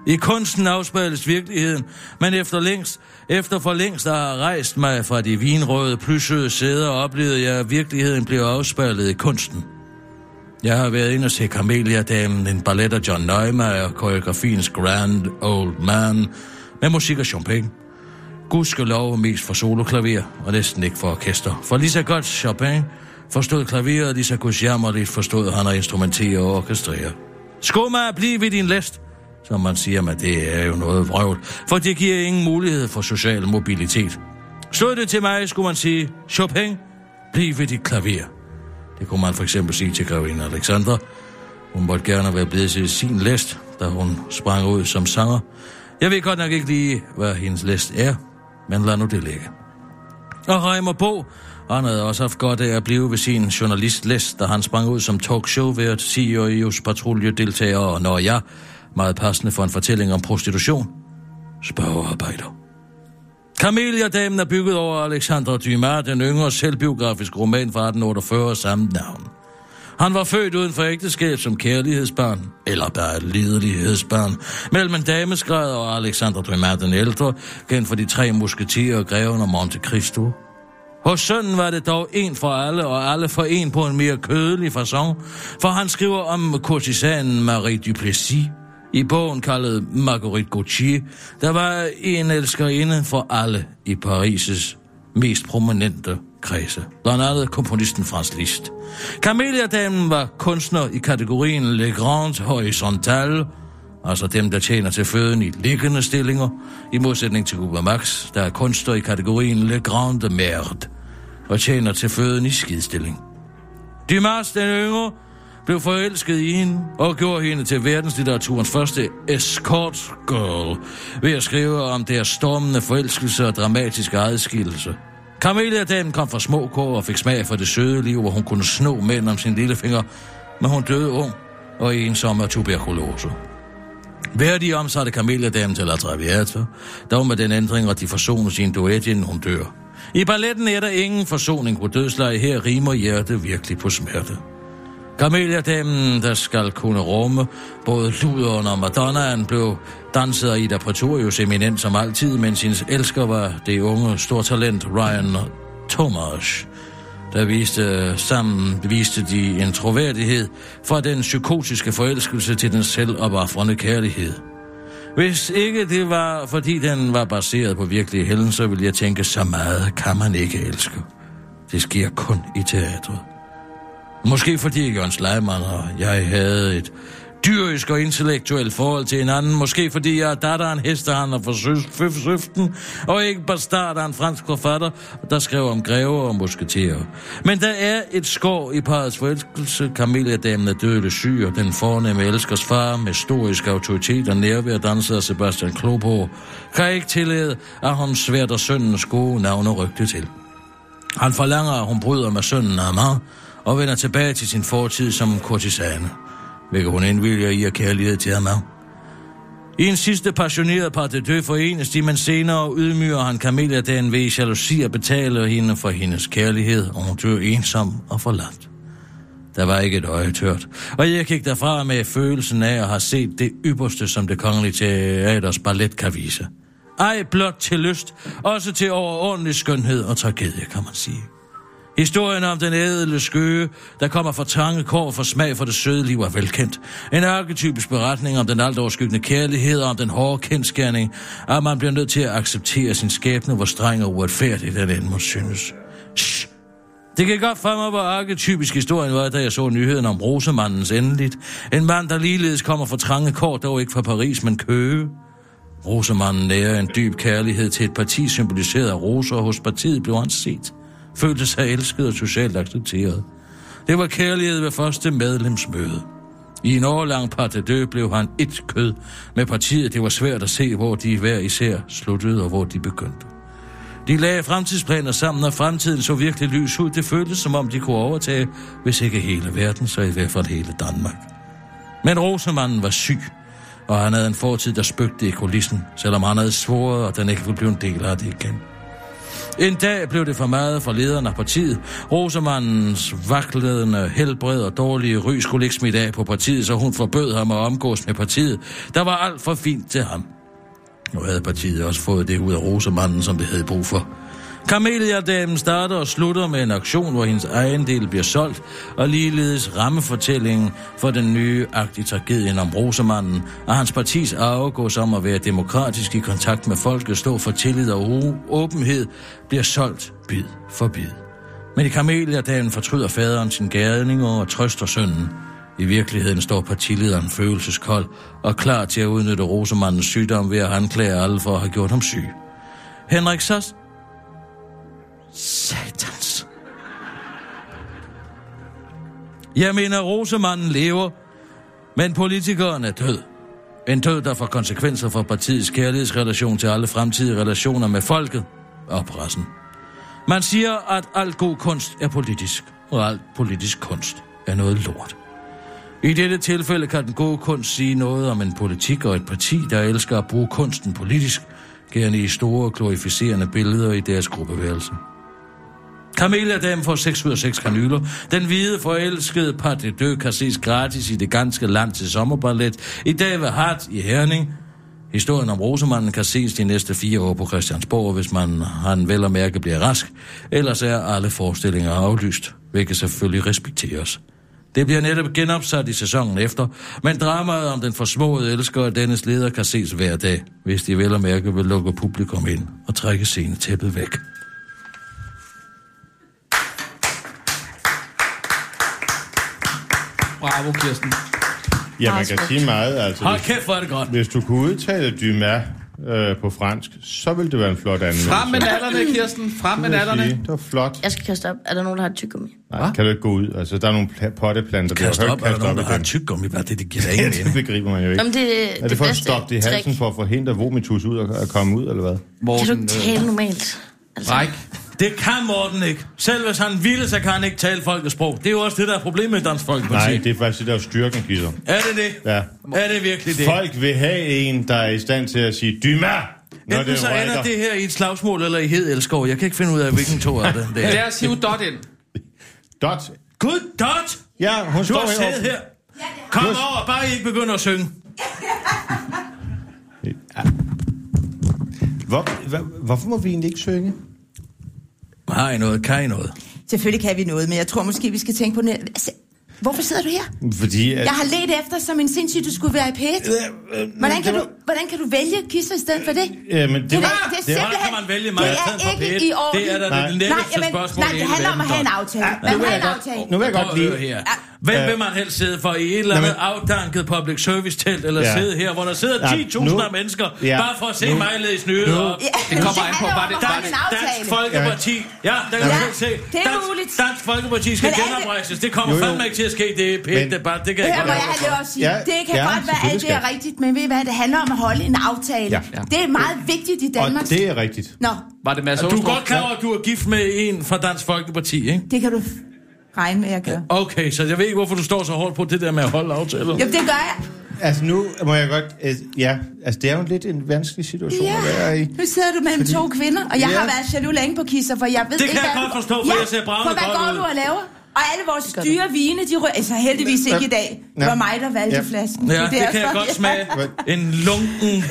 Speaker 2: I kunsten afspejles virkeligheden, men efter, længst, efter for længst at have rejst mig fra de vinrøde, plysøde sæder, oplevede jeg, at virkeligheden blev afspejlet i kunsten. Jeg har været inde og se Camellia-damen, en ballet af John Neumeyer, koreografiens Grand Old Man, med musik og champagne. Gudskelov mest for soloklaver, og næsten ikke for orkester. For lige så godt Chopin forstod klaveret, og lige så gudsjammerligt forstod han at instrumentere og orkestrere. Sko mig at blive ved din læst, som man siger, men det er jo noget vrøvl, for det giver ingen mulighed for social mobilitet. Stod det til mig, skulle man sige, Chopin, bliv ved dit klaver. Det kunne man for eksempel sige til grevinde Alexandra. Hun måtte gerne være blevet til sin læst, da hun sprang ud som sanger. Jeg ved godt nok ikke lige, hvad hendes læst er, men lad nu det ligge. Og Reimer Bo, han havde også haft godt af at blive ved sin journalist Læst, da han sprang ud som talkshowvært, CEO i EU's patruljedeltager, og når jeg, meget passende for en fortælling om prostitution, spørgearbejder. Kamelia-damen er bygget over Alexandre Dumas, den yngre selvbiografiske roman fra 1848 af samme navn. Han var født uden for ægteskab som kærlighedsbarn, eller bare et lidelighedsbarn, mellem en dameskrædder og Alexander Dumas den ældre, kendt for de tre musketerer og greven og Monte Cristo. Hos sønnen var det dog en for alle, og alle for en på en mere kødelig façon, for han skriver om kurtisanen Marie Duplessis i bogen kaldet Marguerite Gauthier, der var en elskerinde for alle i Paris' mest prominente kredse. Blandt andet komponisten Franz Liszt. Camellia-damen var kunstner i kategorien Le Grand Horizontal, Altså dem, der tjener til føden i liggende stillinger, i modsætning til Uber Max, der er kunstner i kategorien Le Grande Merde, og tjener til føden i skidstilling. Dumas den yngre blev forelsket i hende og gjorde hende til verdenslitteraturens første escort girl ved at skrive om deres stormende forelskelse og dramatiske adskillelse. Camelia-damen kom fra små kår og fik smag for det søde liv, hvor hun kunne sno mænd om sin lillefinger, men hun døde ung og ensom af tuberkulose. Verdi omsatte Camellia-damen til La Traviata, dog med den ændring, at de forsoner sin duet, inden hun dør. I balletten er der ingen forsoning på dødsleje, her rimer hjerte virkelig på smerte. Camellia-damen, der skal kunne rumme både luderen og Madonnaen, blev danset af Ida Pretorius eminent som altid, mens hendes elsker var det unge stortalent Ryan Thomas der viste øh, sammen viste de en troværdighed fra den psykotiske forelskelse til den selvopoffrende kærlighed. Hvis ikke det var, fordi den var baseret på virkelige hændelser, ville jeg tænke, så meget kan man ikke elske. Det sker kun i teatret. Måske fordi Jørgen Sleiman og jeg havde et dyrisk og intellektuelt forhold til hinanden. Måske fordi jeg er datter af en hestehand og forsøg søften, og ikke bastard af en fransk forfatter, der skrev om grever og musketerer. Men der er et skår i parrets forelskelse. Camellia-damen er dødelig syg, og den fornemme elskers far med storisk autoritet og nærvær danser af Sebastian Klobo, kan ikke tillade, at hun sværter søndens gode navn og rygte til. Han forlanger, at hun bryder med sønnen Amar, og vender tilbage til sin fortid som kortisane, hvilket hun indvilger i af kærlighed til Amar. I en sidste passioneret par de deux forenes de, men senere ydmyger han Camilla den ved i jalousi at betale hende for hendes kærlighed, og hun dør ensom og forladt. Der var ikke et øje tørt, og jeg gik derfra med følelsen af at have set det ypperste, som det kongelige teaters ballet kan vise. Ej blot til lyst, også til overordentlig skønhed og tragedie, kan man sige. Historien om den ædle skøge, der kommer fra trange kår for smag for det søde liv, er velkendt. En arketypisk beretning om den alt overskyggende kærlighed, og om den hårde kendskærning, at man bliver nødt til at acceptere sin skæbne, hvor streng og uretfærdig den end må synes. Shh. Det kan godt fremme, hvor arketypisk historien var, da jeg så nyheden om Rosemandens endeligt. En mand, der ligeledes kommer fra trange kår, dog ikke fra Paris, men Køge. Rosemanden nærer en dyb kærlighed til et parti symboliseret af roser, og hos partiet blev han set. Følte sig elsket og socialt accepteret. Det var kærlighed ved første medlemsmøde. I en årlang partidø blev han et kød med partiet. Det var svært at se, hvor de hver især sluttede og hvor de begyndte. De lagde fremtidsplaner sammen, og fremtiden så virkelig lys ud. Det føltes, som om de kunne overtage, hvis ikke hele verden, så i hvert fald hele Danmark. Men Rosemanden var syg, og han havde en fortid, der spøgte i kulissen, selvom han havde svoret, at den ikke ville blive en del af det igen. En dag blev det for meget for lederen af partiet. Rosemandens vaklende helbred og dårlige ry skulle ikke smitte af på partiet, så hun forbød ham at omgås med partiet. Der var alt for fint til ham. Nu havde partiet også fået det ud af rosemanden, som det havde brug for. Kamelia-damen starter og slutter med en aktion, hvor hendes ejendel bliver solgt, og ligeledes rammefortællingen for den nye agtige tragedien om rosemanden, og hans partis afgås om at være demokratisk i kontakt med folket, stå for tillid og u- åbenhed, bliver solgt bid for bid. Men i Kamelia-dagen fortryder faderen sin gerning og trøster sønnen. I virkeligheden står partilederen følelseskold og klar til at udnytte rosemandens sygdom ved at anklage alle for at have gjort ham syg. Henrik Sass Satans. Jeg mener, Rosemanden lever, men politikeren er død. En død, der får konsekvenser for partiets kærlighedsrelation til alle fremtidige relationer med folket og pressen. Man siger, at alt god kunst er politisk, og alt politisk kunst er noget lort. I dette tilfælde kan den gode kunst sige noget om en politik og et parti, der elsker at bruge kunsten politisk, gerne i store glorificerende billeder i deres gruppeværelse. Camilla Dam får 6 ud af 6 kanyler. Den hvide forelskede par de deux kan ses gratis i det ganske land til sommerballet. I dag ved Hart i Herning. Historien om Rosemanden kan ses de næste fire år på Christiansborg, hvis man han vel og mærke bliver rask. Ellers er alle forestillinger aflyst, hvilket selvfølgelig respekteres. Det bliver netop genopsat i sæsonen efter, men dramaet om den forsmåede elsker og dennes leder kan ses hver dag, hvis de vel og mærke vil lukke publikum ind og trække scenetæppet væk.
Speaker 3: Bravo, Kirsten.
Speaker 6: Ja, man kan sige meget. Altså,
Speaker 2: Hold
Speaker 6: hvis,
Speaker 2: kæft, hvor er det godt.
Speaker 6: hvis du kunne udtale Dumas øh, på fransk, så ville det være en flot anmeldelse.
Speaker 3: Frem med nallerne, Kirsten. Frem med
Speaker 6: vil jeg sige.
Speaker 3: nallerne.
Speaker 6: Det var flot.
Speaker 4: Jeg skal kaste op. Er der nogen, der har tyggegummi?
Speaker 6: Nej, kan du ikke gå ud? Altså, der er nogle pla- potteplanter, der
Speaker 2: Kast
Speaker 6: jo
Speaker 2: op, er der nogen, der har en
Speaker 6: igen.
Speaker 2: tyggegummi? Hvad er det, det giver da ingen
Speaker 6: Det
Speaker 2: mening.
Speaker 6: begriber man jo ikke.
Speaker 4: Jamen, det,
Speaker 6: er det, for at
Speaker 4: bedste
Speaker 6: stoppe det i
Speaker 4: trick.
Speaker 6: halsen for at forhindre vomitus ud og at komme ud, eller hvad?
Speaker 4: Kan du
Speaker 3: Morten,
Speaker 4: ikke
Speaker 3: øh,
Speaker 4: tale normalt? Altså,
Speaker 3: Bræk.
Speaker 2: Det kan Morten ikke. Selv hvis han ville, så kan han ikke tale folkets sprog. Det er jo også det, der er problemet med Dansk Folkeparti.
Speaker 6: Nej, det er faktisk det, der er styrken, Kisser.
Speaker 2: Er det det?
Speaker 6: Ja.
Speaker 2: Er det virkelig det?
Speaker 6: Folk vil have en, der er i stand til at sige, Dyma! Når
Speaker 2: Enten
Speaker 6: det
Speaker 2: så ender
Speaker 6: rykker.
Speaker 2: det her i et slagsmål eller i hed elskov. Jeg kan ikke finde ud af, hvilken to af det. det
Speaker 3: Lad
Speaker 2: er.
Speaker 3: os hive dot ind.
Speaker 6: Dot.
Speaker 2: Gud, Dot!
Speaker 6: Ja, hun
Speaker 2: Du
Speaker 6: står
Speaker 2: har siddet
Speaker 6: heroppe.
Speaker 2: her. Kom over, bare I ikke begynder at synge.
Speaker 6: Hvor, hva- hvorfor må vi egentlig ikke synge?
Speaker 2: Har I noget? Kan I noget?
Speaker 8: Selvfølgelig kan vi noget, men jeg tror måske, vi skal tænke på... net- Altså, hvorfor sidder du her?
Speaker 6: Fordi at...
Speaker 8: Jeg har let efter som en sindssyg, du skulle være i pæt. Hvordan kan, du, hvordan kan du vælge kisser i stedet for det?
Speaker 6: Jamen, det,
Speaker 8: Det er-
Speaker 6: var-
Speaker 8: det
Speaker 6: det,
Speaker 8: er simpelthen-
Speaker 2: Hvordan kan man vælge mig?
Speaker 8: Det er
Speaker 2: i stedet for
Speaker 8: ikke
Speaker 2: P1?
Speaker 8: i orden.
Speaker 2: Det er da
Speaker 6: Nej.
Speaker 2: det
Speaker 8: nej,
Speaker 2: nemmeste
Speaker 8: jamen,
Speaker 2: spørgsmål.
Speaker 8: nej,
Speaker 2: i
Speaker 8: det
Speaker 2: hele
Speaker 8: handler om at
Speaker 2: verden,
Speaker 8: have en
Speaker 2: Dot.
Speaker 8: aftale.
Speaker 6: Ah,
Speaker 8: Man
Speaker 6: nu
Speaker 8: må
Speaker 6: vil
Speaker 8: have
Speaker 6: jeg
Speaker 8: en
Speaker 6: godt-
Speaker 8: aftale.
Speaker 6: nu vil jeg
Speaker 2: Prøv
Speaker 6: godt
Speaker 2: at
Speaker 6: lige...
Speaker 2: høre her. Hvem vil man helst sidde for i et eller andet
Speaker 6: Nå,
Speaker 2: afdanket public service telt, eller
Speaker 6: Ja.
Speaker 2: sidde her, hvor der sidder
Speaker 6: Ja,
Speaker 2: 10.000
Speaker 6: nu-
Speaker 2: af mennesker,
Speaker 6: Ja.
Speaker 2: bare for at se
Speaker 6: Nu-
Speaker 2: mig læse nyheder op?
Speaker 8: Ja,
Speaker 3: Det kommer an på,
Speaker 8: handler
Speaker 3: var
Speaker 8: om
Speaker 3: det-
Speaker 8: at
Speaker 3: var
Speaker 8: have
Speaker 3: det-
Speaker 8: en aftale.
Speaker 2: Dansk Folkeparti. Ja, der kan
Speaker 8: Ja,
Speaker 2: du selv se.
Speaker 8: det er
Speaker 2: Dansk,
Speaker 8: muligt.
Speaker 2: Dansk Folkeparti skal
Speaker 8: Men er det-
Speaker 2: genoprejses. Det kommer
Speaker 6: Jo, jo.
Speaker 2: fandme ikke til at ske. Det er pænt
Speaker 6: Men-
Speaker 2: debat. Det kan jeg
Speaker 8: Her
Speaker 2: godt
Speaker 8: må jeg
Speaker 2: love
Speaker 8: have
Speaker 2: for.
Speaker 8: lov at sige.
Speaker 6: Ja,
Speaker 8: det kan
Speaker 6: ja,
Speaker 8: godt være,
Speaker 6: selvfølgelig
Speaker 8: alt det er
Speaker 6: skal.
Speaker 8: rigtigt, men ved I hvad? Det handler om at holde en aftale.
Speaker 6: Ja. Ja.
Speaker 8: Det er meget vigtigt i
Speaker 6: Og
Speaker 8: Danmark.
Speaker 6: det er rigtigt.
Speaker 8: Nå,
Speaker 3: Var det Mads
Speaker 2: Du
Speaker 3: Aarhus?
Speaker 2: er godt klar over, at du er gift med en fra Dansk Folkeparti, ikke?
Speaker 8: det kan du regne med at gøre.
Speaker 2: Okay, så jeg ved ikke, hvorfor du står så hårdt på det der med at holde aftaler.
Speaker 8: Jo, det gør jeg.
Speaker 6: Altså, nu må jeg godt... øh, Ja, altså, det er jo lidt en vanskelig situation at være i.
Speaker 8: Ja. Nu sidder du mellem to kvinder, og jeg
Speaker 6: Ja.
Speaker 8: har været jaloux længe på Kisser, for jeg
Speaker 2: Det
Speaker 8: ved
Speaker 2: kan
Speaker 8: ikke,
Speaker 2: jeg
Speaker 8: hvad
Speaker 2: godt
Speaker 8: du-
Speaker 2: forstå, for jeg ser bravende
Speaker 8: for hvad
Speaker 2: godt
Speaker 8: går
Speaker 2: ud.
Speaker 8: du og laver? Og alle vores dyre vine, de rører... Altså heldigvis ikke i dag. Det
Speaker 6: Ja.
Speaker 8: var mig, der valgte
Speaker 6: Ja.
Speaker 8: flasken.
Speaker 2: Ja, det, det kan jeg
Speaker 8: derfor-
Speaker 2: godt smage. En lunken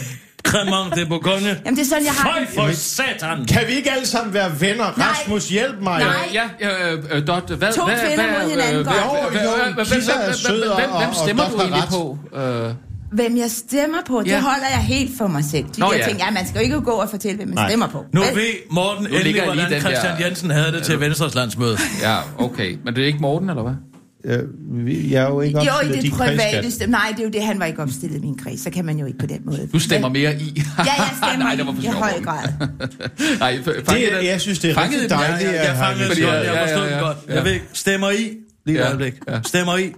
Speaker 2: Cremant de Bourgogne.
Speaker 8: Jamen, det er sådan, jeg har
Speaker 2: Føj
Speaker 8: det.
Speaker 2: for satan!
Speaker 6: Kan vi ikke alle sammen være venner? Nej. Rasmus, hjælp mig.
Speaker 8: Nej.
Speaker 3: Ja, øh, øh, Dot, hvad...
Speaker 8: To
Speaker 3: hvad,
Speaker 8: kvinder
Speaker 3: hvad,
Speaker 8: mod hinanden,
Speaker 3: øh,
Speaker 8: godt.
Speaker 3: hvad-
Speaker 6: Jo,
Speaker 3: hvad-
Speaker 6: jo,
Speaker 3: hvad- hvad-
Speaker 6: Kisser er
Speaker 3: hvem- hvem-
Speaker 6: sød, og-
Speaker 3: hvem- Hvem
Speaker 6: og- og
Speaker 3: stemmer
Speaker 6: Dot
Speaker 3: du
Speaker 6: har
Speaker 3: egentlig
Speaker 6: ret.
Speaker 3: på? Øh,
Speaker 8: Hvem jeg stemmer på, det
Speaker 3: Ja.
Speaker 8: holder jeg helt for mig selv. De
Speaker 3: Nå,
Speaker 8: Nå, der
Speaker 3: ja.
Speaker 8: ja. ting, ja, man skal jo ikke gå og fortælle, hvem man
Speaker 6: Nej.
Speaker 8: stemmer på.
Speaker 2: Nu
Speaker 8: Vel?
Speaker 2: ved Morten endelig,
Speaker 3: ligger jeg lige
Speaker 2: hvordan
Speaker 3: den
Speaker 2: Christian
Speaker 3: der-
Speaker 2: Jensen havde det til Venstres landsmøde.
Speaker 3: Ja, okay. Men det er ikke Morten, eller hvad?
Speaker 6: Øh, vi- jeg er jo ikke
Speaker 8: Jo,
Speaker 6: opstillet
Speaker 8: i det
Speaker 6: din
Speaker 8: private
Speaker 6: kreds,
Speaker 8: stemme. Nej, det er jo det, han var ikke opstillet i min kreds. Så kan man jo ikke på den måde.
Speaker 3: Du stemmer
Speaker 8: Vel?
Speaker 3: mere i.
Speaker 8: Ja, jeg stemmer
Speaker 3: Nej, det var for
Speaker 8: i, i
Speaker 3: sjov,
Speaker 8: høj
Speaker 3: Morten.
Speaker 8: grad.
Speaker 3: Nej,
Speaker 6: skat. Det, er- jeg synes, det er
Speaker 3: Fangede
Speaker 6: rigtig
Speaker 3: den, ja,
Speaker 6: dejligt.
Speaker 3: ja,
Speaker 6: at
Speaker 2: Jeg
Speaker 6: have
Speaker 2: fangede
Speaker 6: lidt-
Speaker 2: det
Speaker 3: Ja,
Speaker 2: godt, jeg
Speaker 3: ja,
Speaker 2: forstod
Speaker 3: ja,
Speaker 2: det
Speaker 3: ja.
Speaker 2: godt. Jeg ved, ikke. stemmer I? Lige et
Speaker 3: Ja,
Speaker 2: øjeblik.
Speaker 3: ja.
Speaker 2: Stemmer I?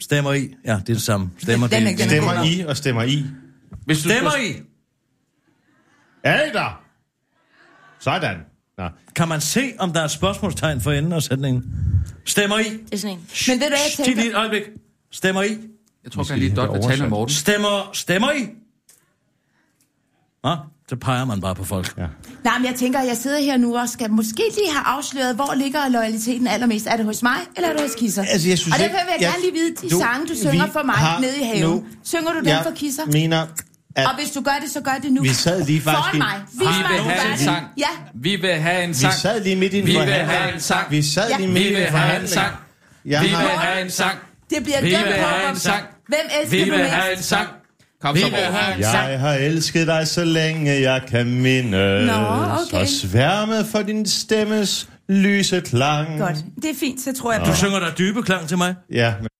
Speaker 2: Stemmer I? Ja, det er det samme. Stemmer
Speaker 8: Den er-
Speaker 2: det.
Speaker 8: den er-
Speaker 6: Stemmer I og stemmer I.
Speaker 3: Hvis du
Speaker 2: Stemmer I?
Speaker 6: Er I der? Sådan. Nå.
Speaker 2: Kan man se, om der er et spørgsmålstegn for enden af sætningen? Stemmer I?
Speaker 4: Det er sådan en.
Speaker 8: Men ved du, hvad jeg
Speaker 2: Stil lige
Speaker 8: tænker?
Speaker 2: et øjeblik. Stemmer I?
Speaker 3: Jeg tror, jeg lige Dot vil tale med Morten.
Speaker 2: Stemmer, stemmer I? Nå, så peger man bare på folk. Ja.
Speaker 8: Nej, men jeg tænker, at jeg sidder her nu og skal måske lige have afsløret, hvor ligger loyaliteten allermest. Er det hos mig, eller er det hos Kisser?
Speaker 6: Altså, jeg synes
Speaker 8: og derfor vil
Speaker 6: ikke- jeg-
Speaker 8: jeg gerne lige vide, de
Speaker 6: Nu,
Speaker 8: sange, du synger
Speaker 6: vi
Speaker 8: for mig
Speaker 6: har
Speaker 8: nede i haven.
Speaker 6: nu-
Speaker 8: Synger du dem
Speaker 6: Jeg
Speaker 8: for Kisser?
Speaker 6: mener, at
Speaker 8: Og hvis du gør det, så gør det nu.
Speaker 6: Vi sad lige faktisk
Speaker 8: Foran
Speaker 6: i-
Speaker 8: mig. Vis
Speaker 3: Vi
Speaker 8: mig,
Speaker 3: vil
Speaker 8: du
Speaker 3: have
Speaker 8: gør
Speaker 3: en
Speaker 8: det.
Speaker 3: sang.
Speaker 8: Ja.
Speaker 3: Vi vil have en
Speaker 6: vi
Speaker 3: sang.
Speaker 6: sad lige midt i en
Speaker 3: Vi vil
Speaker 6: forhandling.
Speaker 3: have en sang.
Speaker 6: Vi sad
Speaker 8: Ja.
Speaker 6: lige
Speaker 3: Vi
Speaker 6: midt i
Speaker 3: vil
Speaker 6: en
Speaker 3: have en
Speaker 6: forhandling.
Speaker 3: sang.
Speaker 6: Jeg
Speaker 3: Vi
Speaker 6: har-
Speaker 3: vil have en sang.
Speaker 8: Det bliver
Speaker 3: Vi
Speaker 8: dømt
Speaker 3: vil
Speaker 8: på.
Speaker 3: have en sang.
Speaker 8: Hvem
Speaker 3: Vi
Speaker 8: elsker du
Speaker 3: vil have
Speaker 8: mest?
Speaker 3: en sang. Kom
Speaker 2: Vi
Speaker 3: så,
Speaker 2: vil have
Speaker 3: Morten.
Speaker 2: en sang.
Speaker 6: Jeg har elsket dig så længe jeg kan mindes
Speaker 8: Nå, okay.
Speaker 6: Og sværmet for din stemmes lyse klang
Speaker 8: Godt. Det er fint, så tror jeg på
Speaker 2: Du
Speaker 8: dig.
Speaker 2: synger der dybe klang til mig.
Speaker 6: Ja, men